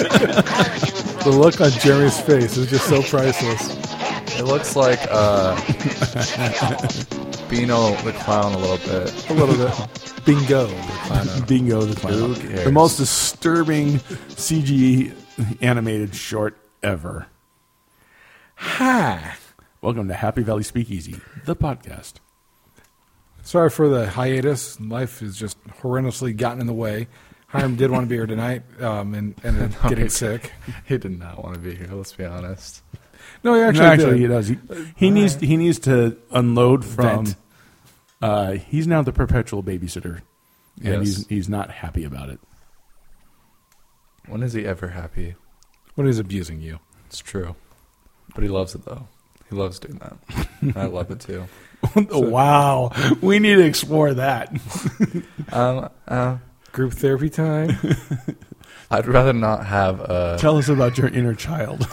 the look on Jeremy's face is just so priceless. It looks like uh, Beano the clown a little bit. A little bit. Bingo. Bingo the Clown. Who cares? The most disturbing CG animated short ever. Ah, Hi. Welcome to Happy Valley Speakeasy, the podcast. Sorry for the hiatus. Life has just horrendously gotten in the way. Hiram did want to be here tonight um, and ended up getting sick. He did not want to be here. Let's be honest. No, he actually, no, actually, he did. does. He, he needs he needs to unload from. Vent. Uh, he's now the perpetual babysitter, and Yes. he's he's not happy about it. When is he ever happy? when he's abusing you. It's true, but he loves it though. He loves doing that. And I love it too. wow, we need to explore that. Um, uh, Group therapy time. I'd rather not have a. tell us about your inner child,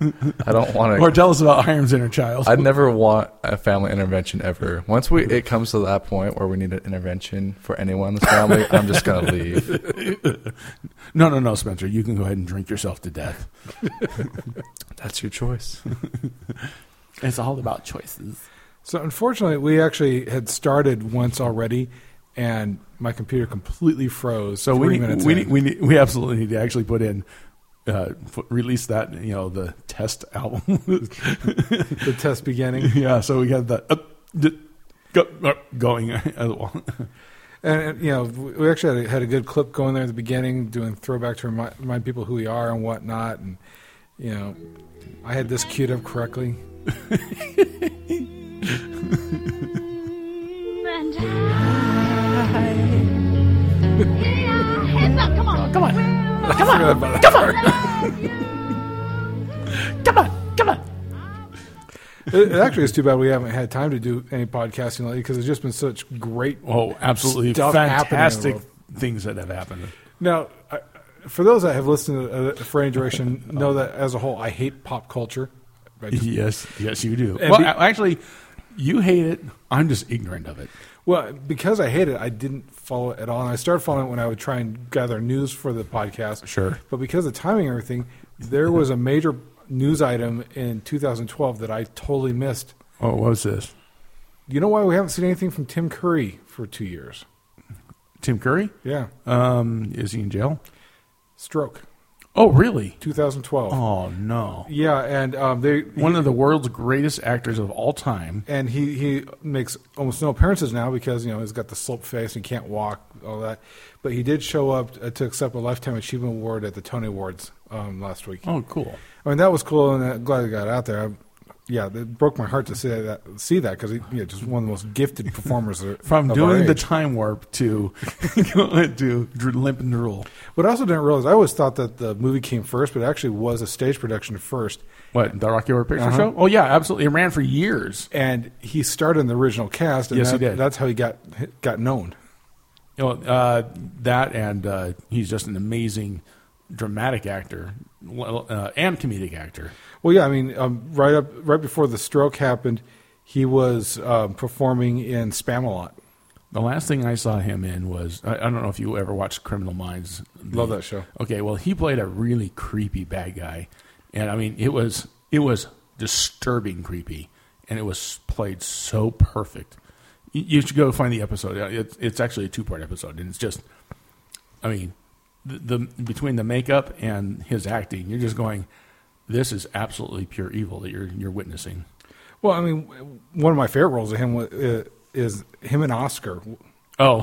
I don't want or to. tell us about Hiram's inner child. I'd never want a family intervention ever. Once we it comes to that point where we need an intervention for anyone in the family, I'm just gonna leave. no, no, no, Spencer, you can go ahead and drink yourself to death. That's your choice. It's all about choices. So unfortunately, we actually had started once already, and my computer completely froze. So three we need, minutes we, in. need, we need, we absolutely need to actually put in. Uh, f- release that you know the test album the test beginning. Yeah, so we got the up, d- go, up going. uh, That's And, and you know, we we actually had a, had a good clip going there at the beginning, doing throwback to remind, remind people who we are and whatnot. And you know, I had this queued up correctly. and Yeah, heads uh, up, come on. Come on. Come on. Forgot about that part. It, it actually is too bad we haven't had time to do any podcasting lately because it's just been such great. oh, absolutely Stuff happening in fantastic the things that have happened. Now, I, for those that have listened to, uh, for any duration, know that as a whole, I hate pop culture. I just Yes, yes, you do. And well, be- a- actually, you hate it. I'm just ignorant of it. Well, because I hate it, I didn't follow it at all. And I started following it when I would try and gather news for the podcast. Sure. But because of timing and everything, there was a major news item in 2012 that I totally missed. Oh, what was this? You know why we haven't seen anything from Tim Curry for two years? Tim Curry? Yeah. Um, is he in jail? Stroke, Oh, really? 2012. Oh no! Yeah, and um, they One of the world's greatest actors of all time. and he, he makes almost no appearances now because you know he's got the slump face and can't walk all that. But he did show up uh, to accept a lifetime achievement award at the Tony Awards um, last week. Oh, cool. I mean, that was cool, and I'm glad it got out there. I, yeah, it broke my heart to see that see that because yeah, just one of the most gifted performers of- From of our doing the age. time warp to to dr- limp and drool. What I also didn't realize, I always thought that the movie came first, but it actually was a stage production first. What the Rocky Horror Picture Uh-huh. Show? Oh yeah, absolutely. It ran for years. And he starred in the original cast. And Yes, he that- did. That's how he got got known. You know, uh, that and uh, he's just an amazing dramatic actor well, uh, and comedic actor. Well, yeah, I mean, um, right up right before the stroke happened, he was um, performing in Spamalot. The last thing I saw him in was I, I don't know if you ever watched Criminal Minds. Love that show. Okay, well he played a really creepy bad guy, and I mean it was it was disturbing creepy, and it was played so perfect. You, you should go find the episode. Uh, It's it's actually a two part episode, and it's just, I mean, the, the between the makeup and his acting, you're just going, this is absolutely pure evil that you're you're witnessing. Well, I mean, w- one of my favorite roles of him wa- uh, is him and Oscar. Oh,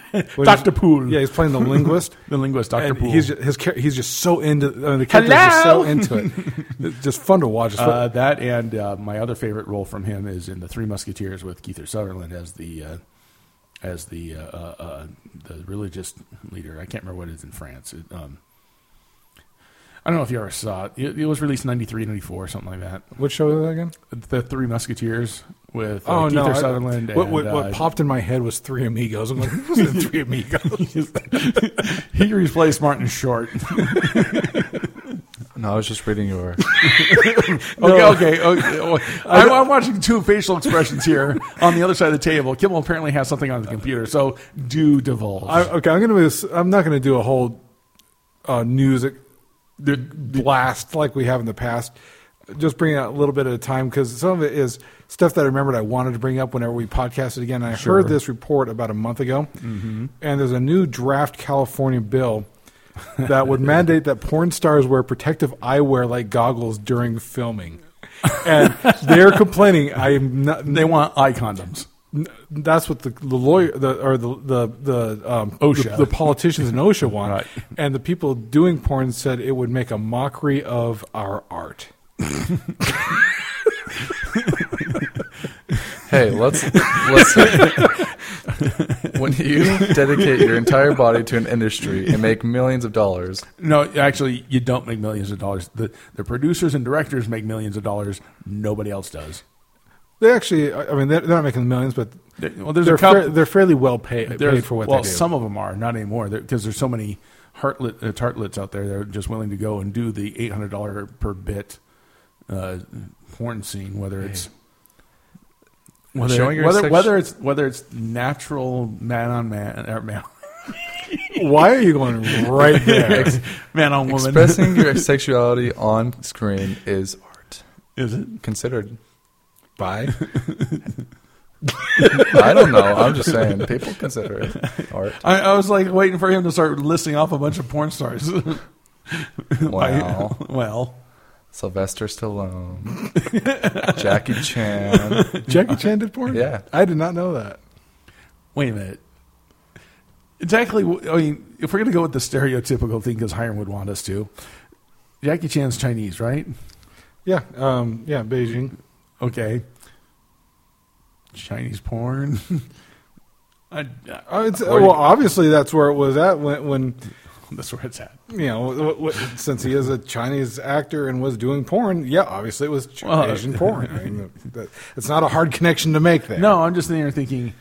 When Doctor he's- Poole. Yeah, he's playing the linguist. the linguist, Doctor And Poole. He's just, his char- he's just so into uh, the character's just so Hello? into it. It's just fun to watch. It's fun- Uh, that and uh, my other favorite role from him is in the Three Musketeers with Keith Sutherland as the uh, as the uh, uh, uh, the religious leader. I can't remember what it is in France. It, um, I don't know if you ever saw it. It, it was released in 93, 94, something like that. what show was that again? The Three Musketeers with uh, Keith Oh, I- Sutherland. what, and, what, what uh, popped in my head was Three Amigos. I'm like, who's the Three Amigos? he replaced Martin Short. No, I was just reading your. Okay, okay. okay. Oh, I'm, I'm watching two facial expressions here on the other side of the table. Kimmel apparently has something on the computer, so do divulge. I, okay, I'm gonna. be- I'm not gonna do a whole uh, music blast like we have in the past. Just bringing out a little bit at a time because some of it is stuff that I remembered I wanted to bring up whenever we podcasted again. And I heard this report about a month ago, Mm-hmm. and there's a new draft California bill that would mandate that porn stars wear protective eyewear like goggles during filming. And they're complaining. I'm not. They want eye condoms. N- that's what the, the lawyer the, or the the the um, OSHA. the, the politicians in OSHA want, Right. and the people doing porn said it would make a mockery of our art. Hey, let's let's. when you dedicate your entire body to an industry and make millions of dollars, No, actually, you don't make millions of dollars. The the producers and directors make millions of dollars. Nobody else does. They actually, I I mean, they're, they're not making millions, but They- well, there's a they're couple- they're fairly well paid, There's- paid for what well, they do. some of them are not anymore because there's so many heartlet uh, tartlets out there that are just willing to go and do the eight hundred dollar per bit uh, porn scene, whether it's whether Showing your whether, sex- whether it's whether it's natural man on man or man Why are you going right there? man on woman expressing your sexuality on screen is art. is it? Considered. Bye. I don't know. I'm just saying people consider it art. I, I was like waiting for him to start listing off a bunch of porn stars. Wow. well, Sylvester Stallone, Jackie Chan. Jackie Chan did porn. Yeah. I did not know that. wait a minute. Exactly. wh- I mean, if we're going to go with the stereotypical thing, because Hiram would want us to, Jackie Chan's Chinese, right? Yeah, um, yeah, Beijing. Okay. Chinese porn. I, I, Uh, it's, Or you- well, obviously that's where it was at when when that's where it's at. you know, w- w- since he is a Chinese actor and was doing porn, yeah, obviously it was Ch- uh, Well, Asian porn. I mean, that, it's not a hard connection to make there. No, I'm just sitting here thinking,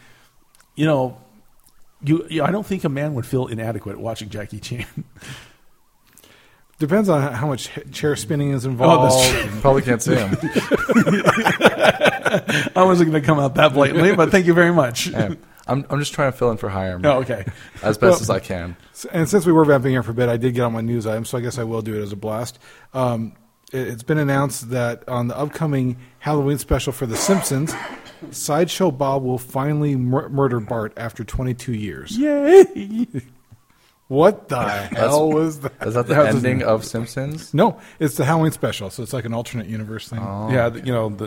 you know, you, you. I don't think a man would feel inadequate watching Jackie Chan. depends on how- how much h- chair spinning Oh, is involved. Probably can't see him. I wasn't going to come out that blatantly, but thank you very much. Damn. I'm, I'm just trying to fill in for Hiram Oh, okay. as best Well- as I can. S- And since we were vamping here for a bit, I did get on my news item, so I guess I will do it as a blast. Um, it, it's been announced that on the upcoming Halloween special for The Simpsons, Sideshow Bob will finally mur- murder Bart after 22 years. Yay! What the hell was that? Is that the How's his ending of Simpsons? No, it's the Halloween special, so it's like an alternate universe thing. Yeah, the- you know, the,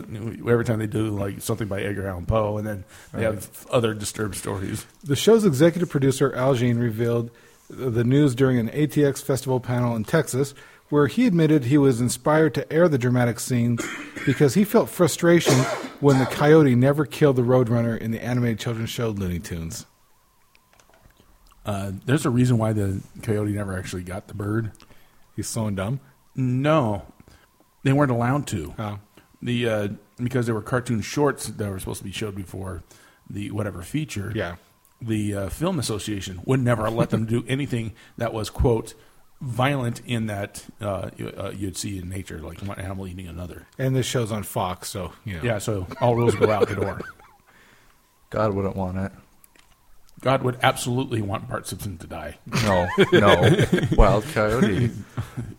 every time they do like something by Edgar Allan Poe, and then they have other disturbed stories. The show's executive producer, Al Jean, revealed the news during an ATX festival panel in Texas, where he admitted he was inspired to air the dramatic scenes because he felt frustration when the coyote never killed the Roadrunner in the animated children's show Looney Tunes. Uh, there's a reason why the coyote never actually got the bird. He's so dumb. No, they weren't allowed to. Oh. The uh, because there were cartoon shorts that were supposed to be showed before the whatever feature. Yeah. the uh, film association would never let them do anything that was quote violent in that uh, you, uh, you'd see in nature, like one animal eating another. And this show's on Fox, so, you know. Yeah, so all rules go out the door. God wouldn't want it. God would absolutely want Bart Simpson to die. No, no. Wild Coyote.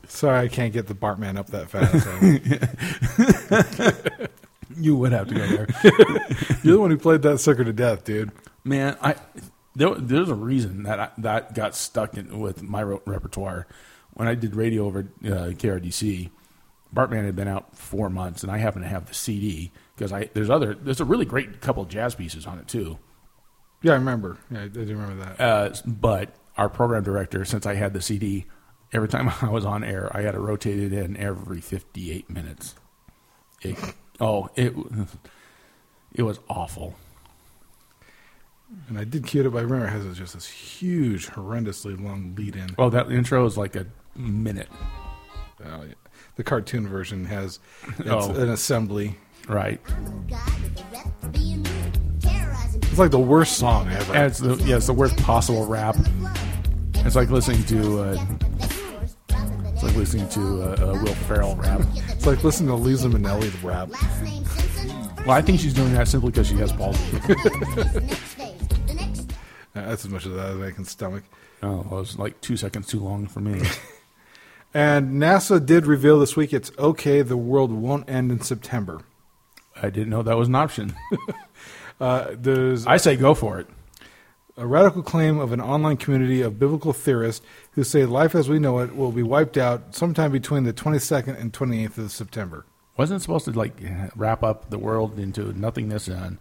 Sorry, I can't get the Bartman up that fast. So. You would have to go there, You're the one who played that sucker to death, dude. man. I there, there's a reason that I, that got stuck in, with my re- repertoire when I did radio over uh, KRDC. Bartman had been out four months, and I happened to have the CD because I there's other there's a really great couple jazz pieces on it too. Yeah, I remember. Yeah, I, I do remember that. Uh, but our program director, since I had the CD, every time I was on air, I had to rotate it in every 58 minutes. It, oh, it it was awful. And I did cue it up. I remember it has just this huge, horrendously long lead in. Oh, that intro is like a minute, Uh, the cartoon version has it's Oh. an assembly. right? It's like the worst song ever. And it's the, yeah, it's the worst possible rap. It's like listening to uh, It's like listening to uh, uh, Will Ferrell rap. it's like listening to Lisa Minnelli rap. Uh, Well, Well, I think she's doing that simply because she has palsy. she's. Uh, Yeah, that's as much of that as I can stomach. Oh, it was like two seconds too long for me. And NASA did reveal this week it's okay, the world won't end in September. I didn't know that was an option. Uh, there's I say go for it. a radical claim of an online community of biblical theorists who say life as we know it will be wiped out sometime between the 22nd and 28th of September. Wasn't it supposed to like wrap up the world into nothingness on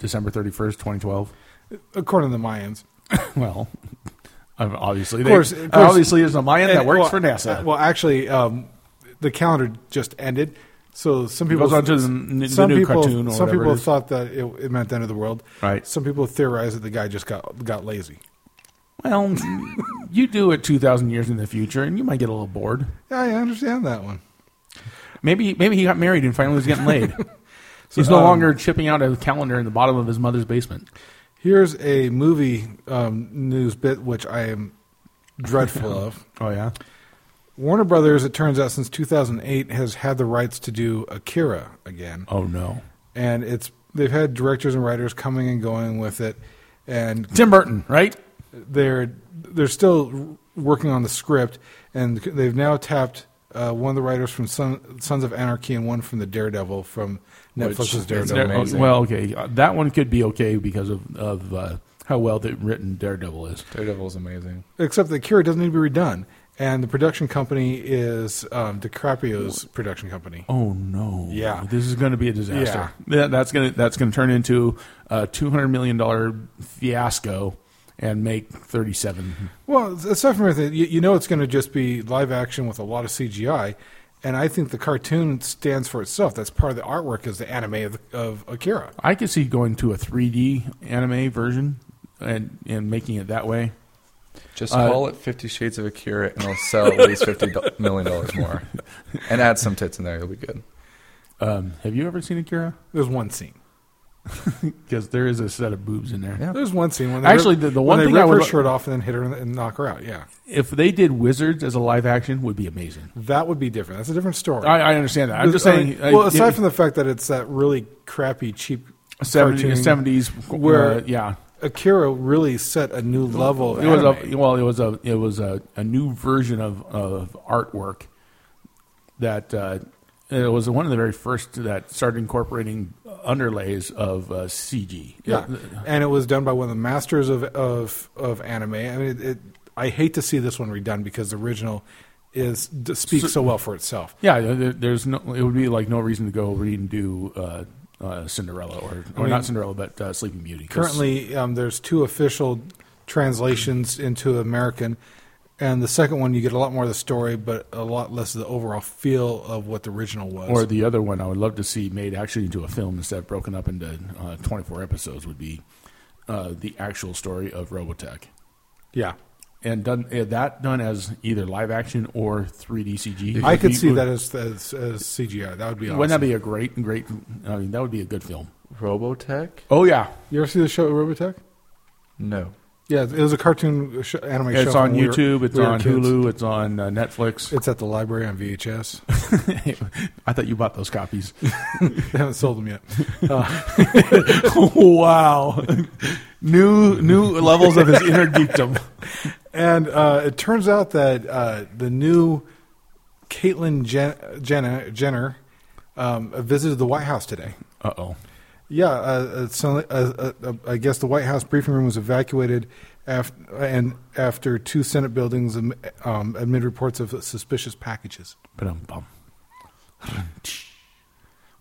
December thirty first, twenty twelve. According to the Mayans. Well, um, obviously, Of they- course, of course. obviously, there's a Mayan that And- works well, for NASA. uh, Well, actually, um, the calendar just ended, so some people goes on to the n- the some new people, cartoon or some whatever it people is. thought that it, it meant the end of the world. Right. Some people theorized that the guy just got got lazy. well, you do it two thousand years in the future, and you might get a little bored. Yeah, I understand that one. Maybe, maybe he got married and finally was getting laid. He's no um, longer chipping out a calendar in the bottom of his mother's basement. Here's a movie um, news bit which I am dreadful of. Oh yeah, Warner Brothers, it turns out, since 2008 has had the rights to do Akira again, Oh no, and it's they've had directors and writers coming and going with it, and Tim Burton, right? they're they're still working on the script, and they've now tapped uh, one of the writers from Son, Sons of Anarchy and one from the Daredevil from Netflix's Daredevil. Dare- well, okay, uh, that one could be okay because of of uh, how well the written Daredevil is. Daredevil's amazing. Except that Kira doesn't need to be redone, and the production company is um, DiCaprio's production company. Oh no! Yeah. this is going to be a disaster. That, that's going to that's going to turn into a two hundred million dollar fiasco and make thirty seven. Well, aside from that, you, you know it's going to just be live action with a lot of CGI, and I think the cartoon stands for itself. That's part of the artwork is the anime of, of Akira. I could see going to a three D anime version and and making it that way. Just Uh, call it Fifty Shades of Akira, and it'll sell at least fifty do- million dollars more, and add some tits in there. You'll be good. Um, have you ever seen Akira? There's one scene. Because there is a set of boobs in there. Yeah. There's one scene when they Actually, rip- the- the when one they thing rip I would her lo- shirt off and then hit her and knock her out. Yeah, If they did Wizards as a live action, would be amazing. that would be different. That's a different story. I, I understand that. I'm just I mean, saying. well, aside from the fact that it's that really crappy, cheap cartoon, seventies, where- where yeah, Akira really set a new level. of it was anime. a well, it was a it was a, a new version of, of artwork that uh, it was one of the very first that started incorporating underlays of uh, CG. Yeah, and it was done by one of the masters of of, of anime. I mean, it, it, I hate to see this one redone because the original is d- speaks so, well for itself. yeah. There, there's no. It would be like no reason to go redo uh, uh, Cinderella or or mean, not Cinderella, but uh, Sleeping Beauty. 'cause- Currently, um, there's two official translations into American, and the second one you get a lot more of the story, but a lot less of the overall feel of what the original was. Or the other one I would love to see made actually into a film instead of broken up into uh, 24 episodes would be uh, the actual story of Robotech. yeah, And done eh, that done as either live action or 3D CG. I could Would- see would- that as, as as CGI. That would be awesome. Wouldn't that be a great, great? I mean, that would be a good film. Robotech? Oh yeah, you ever see the show Robotech? No. Yeah, it was a cartoon sh- anime show. it's on when we were- YouTube. it's we were on kids. Hulu. It's on uh, Netflix. It's at the library on VHS. I thought you bought those copies. They haven't sold them yet. Uh, wow, new new levels of his inner geekdom. And uh, it turns out that uh, the new Caitlyn Jen- Jenner, Jenner um, visited the White House today. Uh oh. Yeah, uh, uh, so, uh, uh, uh, I guess the White House briefing room was evacuated after, and after two Senate buildings am- um, amid reports of suspicious packages. Ba-dum-bum.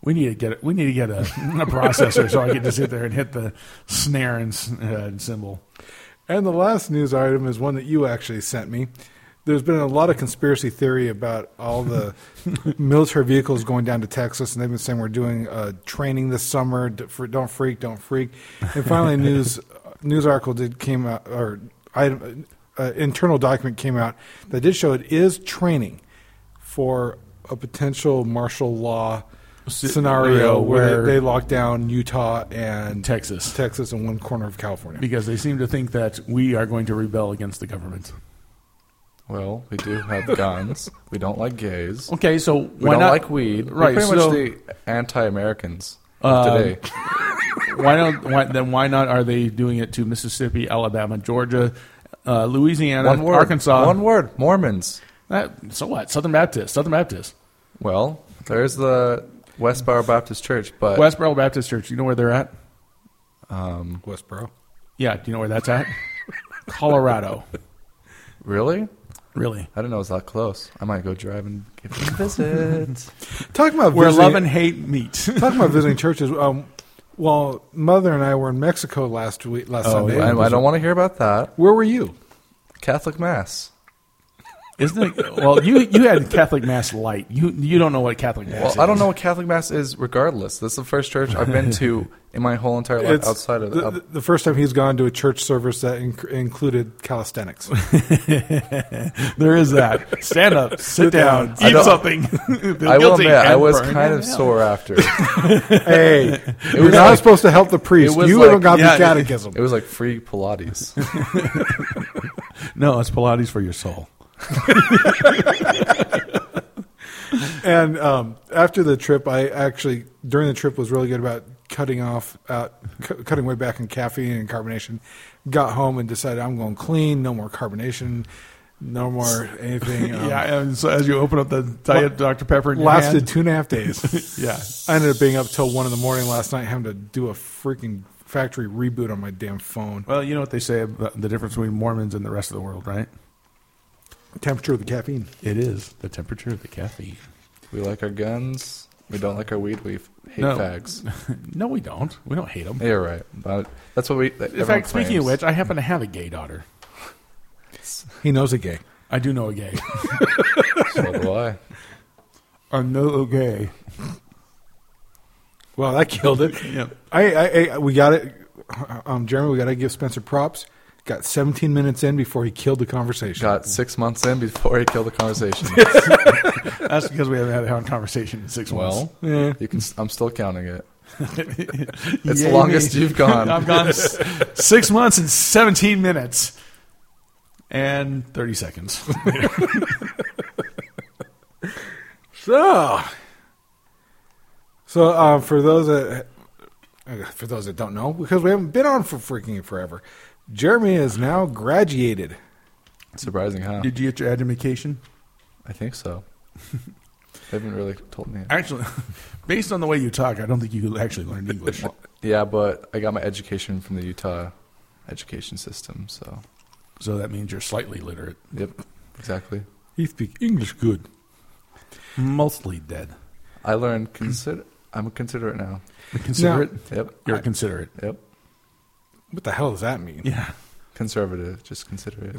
We need to get we need to get a, a processor so I can just sit there and hit the snare and, s- uh, and cymbal. And the last news item is one that you actually sent me. There's been a lot of conspiracy theory about all the military vehicles going down to Texas, and they've been saying we're doing uh, training this summer. d- For, don't freak, don't freak. And finally, a news news article did came out, or item, uh, internal document came out that did show it is training for a potential martial law scenario where, where- they, lock down Utah and Texas. Texas, and one corner of California. Because they seem to think that we are going to rebel against the government. Well, we do have guns. We don't like gays. Okay, so We why don't not like weed. We're Right, pretty so much the anti-Americans of Um, today. why don't why, then why not are they doing it to Mississippi, Alabama, Georgia, uh, Louisiana, One word. Arkansas? One word. Mormons. That- so what? Southern Baptist, Southern Baptist, Well, there's the Westboro Baptist Church, but Westboro Baptist Church. You know where they're at? Westboro. Yeah. Do you know where that's at? Colorado. really, Really? I didn't know it was that close. I might go drive and give it a visit. Talking about Where visiting- love and hate meet. Talking about visiting churches. Um, well, mother and I were in Mexico last week, last oh, Sunday. I, I don't want to hear about that. Where were you? Catholic Mass. Isn't it? Well, you you had Catholic Mass light. You you don't know what Catholic Mass Well, is. I don't know what Catholic Mass is. Regardless, this is the first church I've been to in my whole entire life It's outside of the, the first time he's gone to a church service that inc- included calisthenics. There is that. Stand up, sit down, I eat don't- something. I will admit, I was kind of sore after. hey, you're was not like- supposed to help the priest. it was You like- haven't got yeah, it- the catechism. It was like free Pilates. No, it's Pilates for your soul. and um, after the trip, I actually during the trip was really good about cutting off, uh, cu- cutting way back in caffeine and carbonation. Got home and decided I'm going clean. No more carbonation. No more anything. Um, yeah, and so as you open up the diet Dr Pepper, in your lasted hand- two and a half days. Yeah. I ended up being up till one in the morning last night, having to do a freaking factory reboot on my damn phone. Well, you know what they say about the difference between Mormons and the rest of the world, right? Temperature of the caffeine. It is the temperature of the caffeine. we like our guns. We don't like our weed. We f- hate No. fags. No, we don't. We don't hate them. Yeah, You're right. But that's what we. that In everyone fact, speaking of claims. which, I happen to have a gay daughter. He knows a gay. I do know a gay. so do I. I know a gay. Well, that killed it. Yeah. I, I, I we got it. Um, Jeremy, we got to give Spencer props. Got 17 minutes in before he killed the conversation. Got six months in before he killed the conversation. That's because we haven't had a conversation in six months. well, Yeah. you can. s- I'm still counting it. it's It's the longest you've gone. I've gone s- six months and 17 minutes and 30 seconds. So, so uh, for those that uh, for those that don't know, because we haven't been on for freaking forever, Jeremy is now graduated. Surprising, huh? Did you get your education? I think so. they haven't really told me. Actually, based on the way you talk, I don't think you actually learned English. Yeah, but I got my education from the Utah education system. So, So that means you're slightly literate. yep, exactly. He speaks English good. Mostly dead. I learned consider. I'm considerate now. Considerate? Yep. You're considerate. Yep. What the hell does that mean? Yeah. Conservative. Just considerate.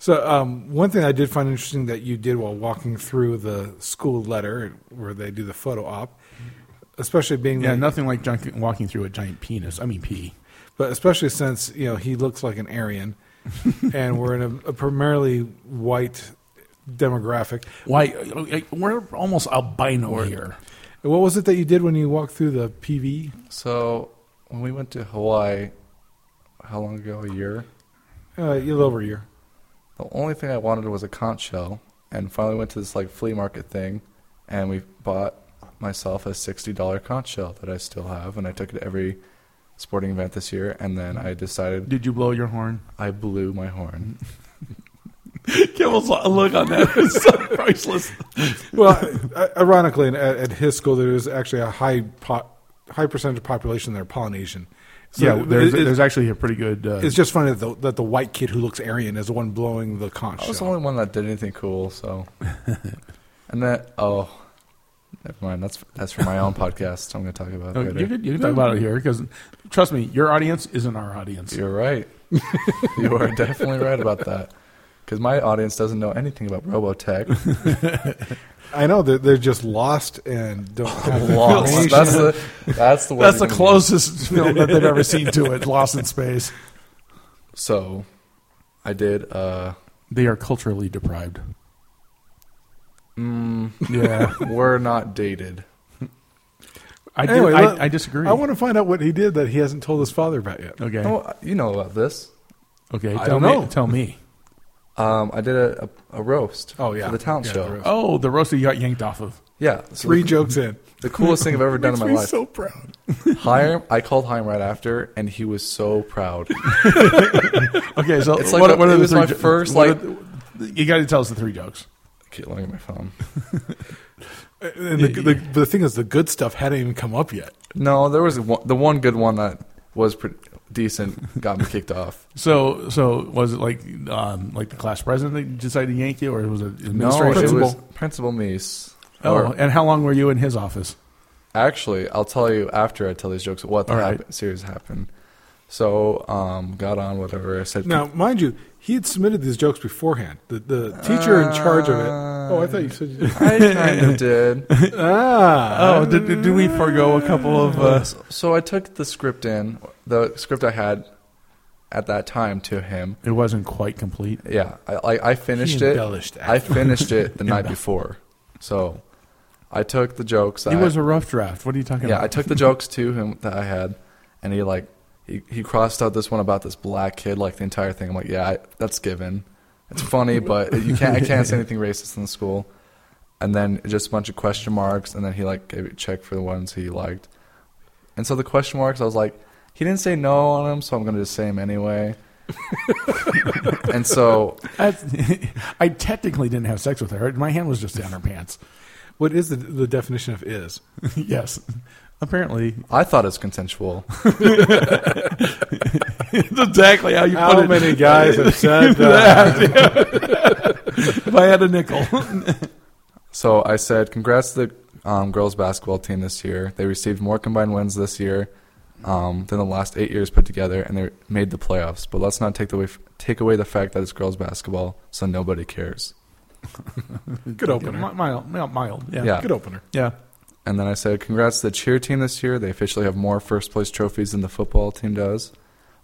So, um, one thing I did find interesting that you did while walking through the school letter where they do the photo op, especially being Yeah, that- nothing like junk- walking through a giant penis. I mean, pee. but especially since you know he looks like an Aryan, and we're in a, a primarily white demographic. Why? uh, We're almost albino here. And What was it that you did when you walked through the PV? So when we went to Hawaii, how long ago? A year. Uh, a little over a year. The only thing I wanted was a conch shell, and finally went to this like flea market thing, and we bought myself a sixty dollar conch shell that I still have, and I took it to every sporting event this year, and then I decided Did you blow your horn? I blew my horn. Kimball's look on that is so priceless. Well, i- ironically, in- at, at his school, there is actually a high po- high percentage of population that are Polynesian. So yeah, there's, it- it- there's actually a pretty good. Uh, it's just funny that the, that the white kid who looks Aryan is the one blowing the conch. I was the shell. only one that did anything cool, so. and that oh, never mind. That's that's for my own podcast. I'm going to talk about no, it later. Oh, you could you could talk about it here because trust me, your audience isn't our audience. You're right. you are definitely right about that. Because my audience doesn't know anything about Robotech. I know that they're just lost and don't have Lost. information. That's the that's the word That's we the can closest film that they've ever seen to it. Lost in Space. use. So, I did. uh They are culturally deprived. Yeah, We're not dated. I, did, Anyway, let- I, I disagree. I want to find out what he did that he hasn't told his father about yet. okay, Oh, you know about this. okay. Tell I don't me, know. Tell me. Um, I did a, a, a roast Oh, yeah. for the town Yeah, the show. roast. Oh, the roast that you got yanked off of. Yeah, so Three jokes in. the coolest thing I've ever done in my life. so proud. Haim, I called Haim right after, and he was so proud. Okay, so It's like what, the- what are it the was three my jo- first, what like- are the- you got to tell us the three jokes. okay, let me get my phone. And the, the, the thing is, the good stuff hadn't even come up yet. No, there was one, the one good one that was pretty decent. Got me kicked off. So, so was it like um, like the class president that decided to yank you, or was No, it it administration? was Principal. Principal Meese. oh, Or- and how long were you in his office? Actually, I'll tell you after I tell these jokes what the All right. hap- series happened. So, um, got on whatever I said. Now, mind you, he had submitted these jokes beforehand. The, the teacher in charge of it. Uh, Oh, I thought you said. You, I kind of did. ah, Oh, did, did, did we forego a couple of? Uh, So- so I took the script in, the script I had at that time to him. it wasn't quite complete. Yeah, I, I, I finished He it. embellished that. I finished it the night before. So, I took the jokes. That It was a rough draft. What are you talking Yeah, about? I took the jokes to him that I had, and he like he, he crossed out this one about this black kid like the entire thing. I'm like, yeah, I, that's given. It's funny, but you can't I can't say anything racist in the school. And then just a bunch of question marks, and then he like gave it check for the ones he liked. And so the question marks, I was like, he didn't say no on them, so I'm gonna just say him anyway. and so That's, I technically didn't have sex with her. My hand was just down her pants. what is the, the definition of is? yes. Apparently, I thought it was consensual. exactly how you How many guys have said that? if I had a nickel, So I said, congrats to the um, girls basketball team this year. They received more combined wins this year um, than the last eight years put together, and they made the playoffs. But let's not take, the way, take away the fact that it's girls basketball, so nobody cares. Good opener. Mi- mild, mild, mild. Yeah. Yeah. Good opener. Yeah. And then I said, congrats to the cheer team this year. They officially have more first place trophies than the football team does.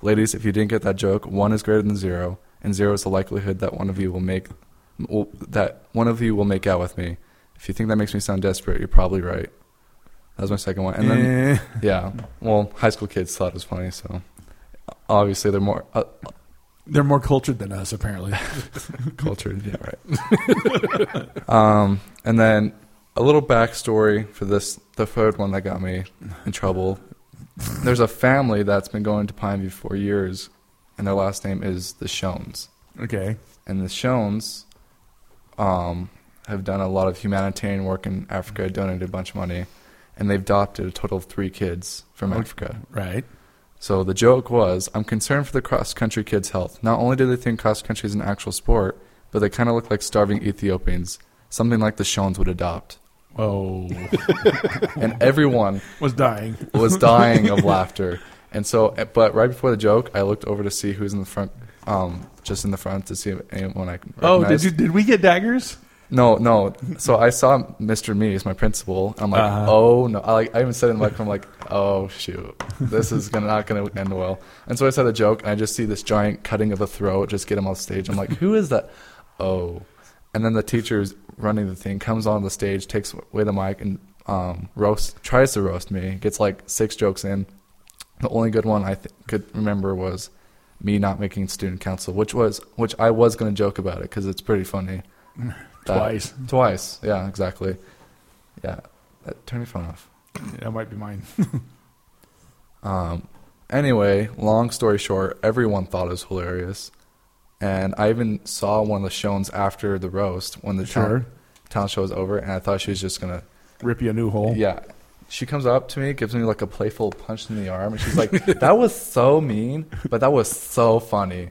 Ladies, if you didn't get that joke, one is greater than zero, and zero is the likelihood that one of you will make will- that one of you will make out with me. If you think that makes me sound desperate, you're probably right. That was my second one, and then. Eh. Yeah. Well, high school kids thought it was funny, so obviously they're more uh, they're more cultured than us, apparently. cultured. Yeah, right. um, and then a little backstory for this, the third one that got me in trouble. There's a family that's been going to Pine View for years, and their last name is the Shones. okay. and the Shones um, have done a lot of humanitarian work in Africa, donated a bunch of money, and they've adopted a total of three kids from Africa. Right. So the joke was, I'm concerned for the cross country kids' health. Not only do they think cross country is an actual sport, but they kind of look like starving Ethiopians, something like the Shones would adopt. Whoa. And everyone Oh. was dying. was dying of laughter. And so, but right before the joke, I looked over to see who's in the front, um, just in the front to see if anyone I can. Oh, did recognize. you? Did we get daggers? No, no. So I saw Mr. Mees, my principal. And I'm like, Uh-huh. oh no. I like, I even said in the microphone, I'm like, oh shoot, this is gonna, not gonna end well. And so I said a joke, and I just see this giant cutting of a throat just get him off stage. I'm like, who is that? Oh. And then the teacher's running the thing comes on the stage, takes away the mic, and um, roast tries to roast me. Gets like six jokes in. The only good one I th- could remember was me not making student council, which was which I was gonna joke about it because it's pretty funny. That- Twice. Twice. Yeah, exactly. Yeah. Uh, Turn your phone off. That might be mine. Um, anyway, long story short, everyone thought it was hilarious. And I even saw one of the shows after the roast when the Sure. town, town show was over, and I thought she was just going to Rip you a new hole. Yeah. She comes up to me, gives me like a playful punch in the arm, and she's like, "That was so mean, but that was so funny."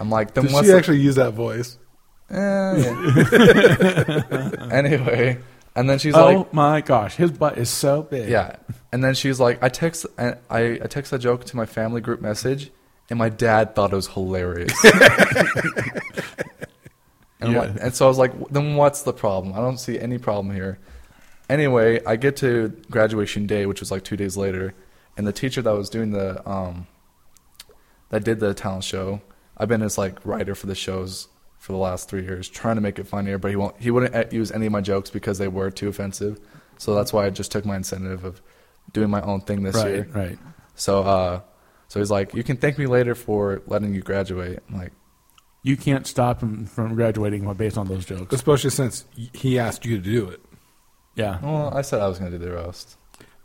I'm like, "Then Did what's she the- actually use that voice? Eh, yeah." anyway?" And then she's oh like, my gosh, his butt is so big. Yeah. And then she's like, I text, I, I text a joke to my family group message, and my dad thought it was hilarious. and, Yeah. what- and so I was like, then what's the problem? I don't see any problem here. Anyway, I get to graduation day, which was like two days later, and the teacher that was doing the, um, that did the talent show, I've been his like writer for the shows for the last three years, trying to make it funnier, but he won't. He wouldn't uh, use any of my jokes because they were too offensive. So that's why I just took my incentive of doing my own thing this Right. year. Right. So, uh, so he's like, "You can thank me later for letting you graduate." I'm like, You can't stop him from graduating based on those jokes. especially since he asked you to do it. Yeah. Well, I said I was going to do the roast.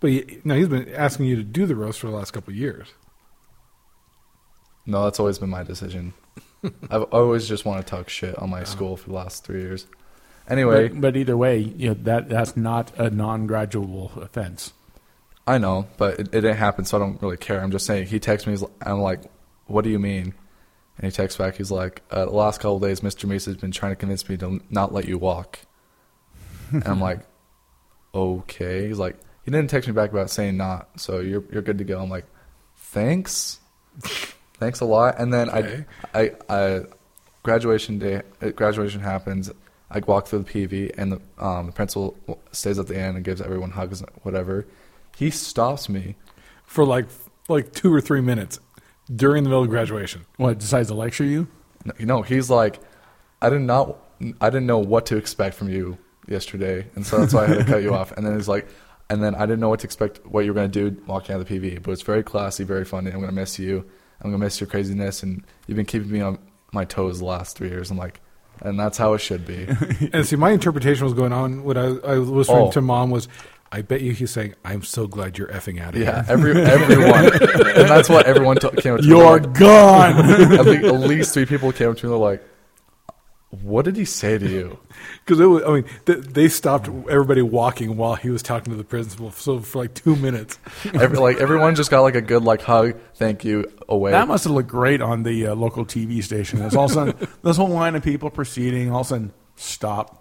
But he, no, he's been asking you to do the roast for the last couple of years. No, that's always been my decision. I've always just want to talk shit on Uh-huh. my school for the last three years. Anyway, But, but either way, you know, that that's not a non-graduable offense. I know, but it, it didn't happen, so I don't really care. I'm just saying. He texts me. He's, li- I'm like, "What do you mean?" And he texts back. He's like, uh, "The last couple of days, Mr. Meese has been trying to convince me to not let you walk." and I'm like, "Okay." He's like, "He didn't text me back about saying not, so you're you're good to go." I'm like, "Thanks, thanks a lot." And then Okay. I, I, I, graduation day, uh, graduation happens. I walk through the PV, and the um, the principal stays at the end and gives everyone hugs, and whatever. He stops me. for like like two or three minutes during the middle of graduation. What decides to lecture you? No, No, he's like, I did not, I didn't know what to expect from you yesterday, and so that's why I had to cut you off. And then he's like, and then I didn't know what to expect, what you were going to do walking out of the PV. But it's very classy, very funny. I'm going to miss you. I'm going to miss your craziness, and you've been keeping me on my toes the last three years. I'm like, and that's how it should be. And see, my interpretation was going on when I, I was listening Oh. to mom was, I bet you he's saying, "I'm so glad you're effing out of Yeah, here." every everyone, and that's what everyone t- came up to. me like, gone. at, least, at least three people came up to me. They're like, "What did he say to you?" Because it was, I mean, th- they stopped everybody walking while he was talking to the principal, so for like two minutes. Every, like everyone just got like a good like hug, thank you, away. that must have looked great on the uh, local TV station. It's all of a sudden this whole line of people proceeding. All of a sudden, stop.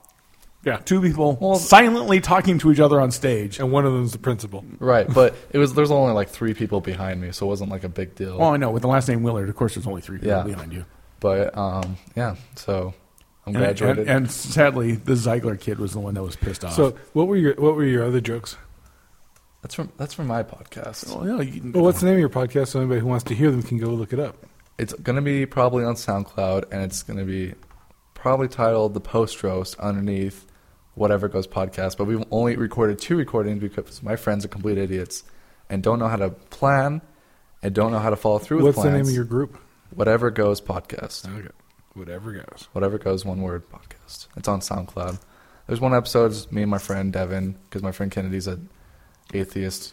Yeah, two people silently talking to each other on stage. And one of them's the principal. right, but it was there's only like three people behind me, so it wasn't like a big deal. Oh, I know. With the last name Willard, of course, there's only three people Yeah. behind you. but um, yeah, so I'm And, and, graduated. and sadly, the Zeigler kid was the one that was pissed Uh. off. So what were your what were your other jokes? that's from that's from my podcast. Well, you know, you- Well, what's the name of your podcast? So anybody who wants to hear them can go look it up. It's gonna be probably on SoundCloud, and it's gonna be probably titled "The Post Roast" underneath whatever goes podcast. But we've only recorded two recordings because my friends are complete idiots and don't know how to plan and don't know how to follow through with What's plans. the name of your group? whatever goes podcast? Okay, whatever goes. Whatever Goes One Word podcast. It's on SoundCloud. There's one episode, it's me and my friend Devin, because my friend Kennedy's an atheist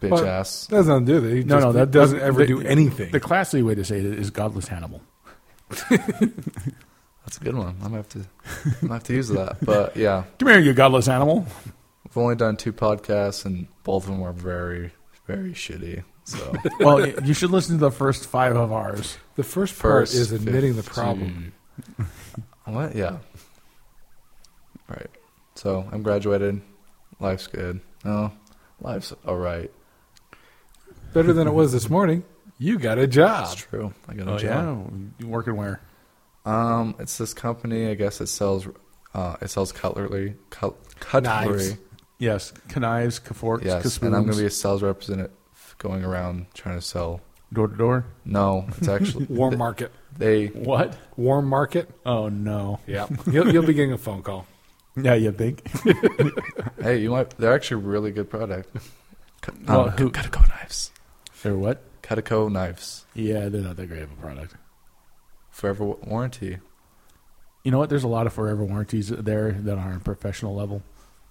bitch Well, ass. That's not do that. He no, just- no, that doesn't that- ever the- do anything. The classy way to say it is "Godless Hannibal." That's a good one. I'm gonna have to, I'm gonna have to use that. But yeah, Come here, you godless animal. we've only done two podcasts, and both of them were very, very shitty. So Well, y- you should listen to the first five of ours. The first part First is admitting the 15. problem. what? Yeah. Right. So I'm graduated. Life's good. No, life's all right. Better than it was this morning. You got a job. That's true. I got a job. Oh, you working where? Um, it's this company. I guess it sells. Uh, it sells cutlery. Cut, cutlery. Knives. Yes, knives, forks, Yes, spoons, and I'm gonna be a sales representative, going around trying to sell. door to door. No, it's actually Warm market. They What? Warm market. Oh no! Yeah, you'll, you'll be getting a phone call. Yeah, you think? hey, you might. They're actually really good product. Cut, um, Well, who- Cutico knives. or what? Cutico knives. Yeah, they're not that great of a product. Forever wa- warranty. You know what? There's a lot of forever warranties there that are on professional level.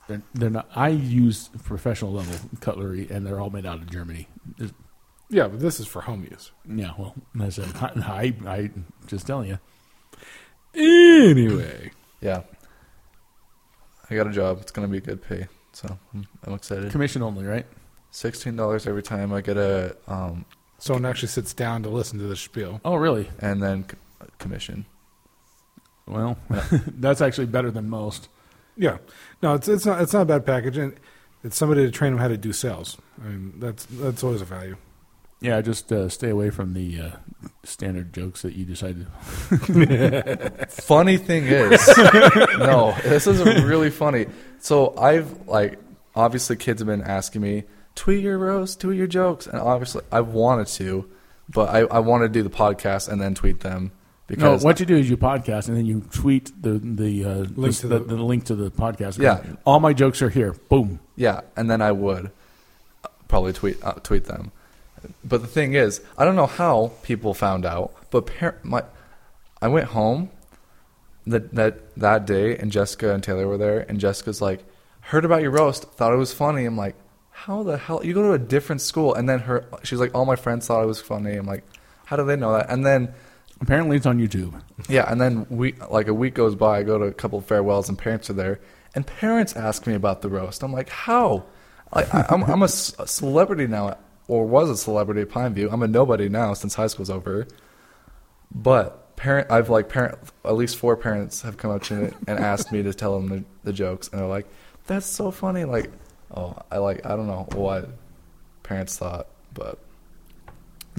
They're, they're not. I use professional level cutlery, and they're all made out of Germany. It's- Yeah, but this is for home use. yeah, well, that's it. I, I, I just telling you. Anyway, Yeah. I got a job. It's gonna be good pay. So I'm, I'm excited. Commission only, right? Sixteen dollars every time I get a um, someone actually sits down to listen to the spiel. Oh, really? and then c- commission. Well, that's actually better than most. Yeah, no, it's it's not it's not a bad package, and it's somebody to train them how to do sales. I mean, that's that's always a value. Yeah, just uh, stay away from the uh, standard jokes that you decided. funny thing is no this is really funny so i've like obviously kids have been asking me tweet your roast tweet your jokes and obviously i wanted to but i, I want to do the podcast and then tweet them No, because what you do is you podcast and then you tweet the the uh, Link the, to the, the- the link to the podcast. Yeah. all my jokes are here. Boom. yeah and then i would uh, probably tweet uh, tweet them but the thing is i don't know how people found out but par- my I went home that that that day, and Jessica and Taylor were there, and Jessica's like, heard about your roast, thought it was funny. I'm like, how the hell you go to a different school? And then her, she's like, all my friends thought it was funny. I'm like, how do they know that? And then Apparently, it's on YouTube. yeah, and then we like a week goes by. I go to a couple of farewells, and parents are there, and parents ask me about the roast. I'm like, how? Like, I, I'm I'm a, c- a celebrity now, or was a celebrity at Pine View. I'm a nobody now since high school's over. But parent, I've like parent, at least four parents have come up to me and asked me to tell them the, the jokes, and they're like, "That's so funny!" Like, oh, I like I don't know what parents thought, but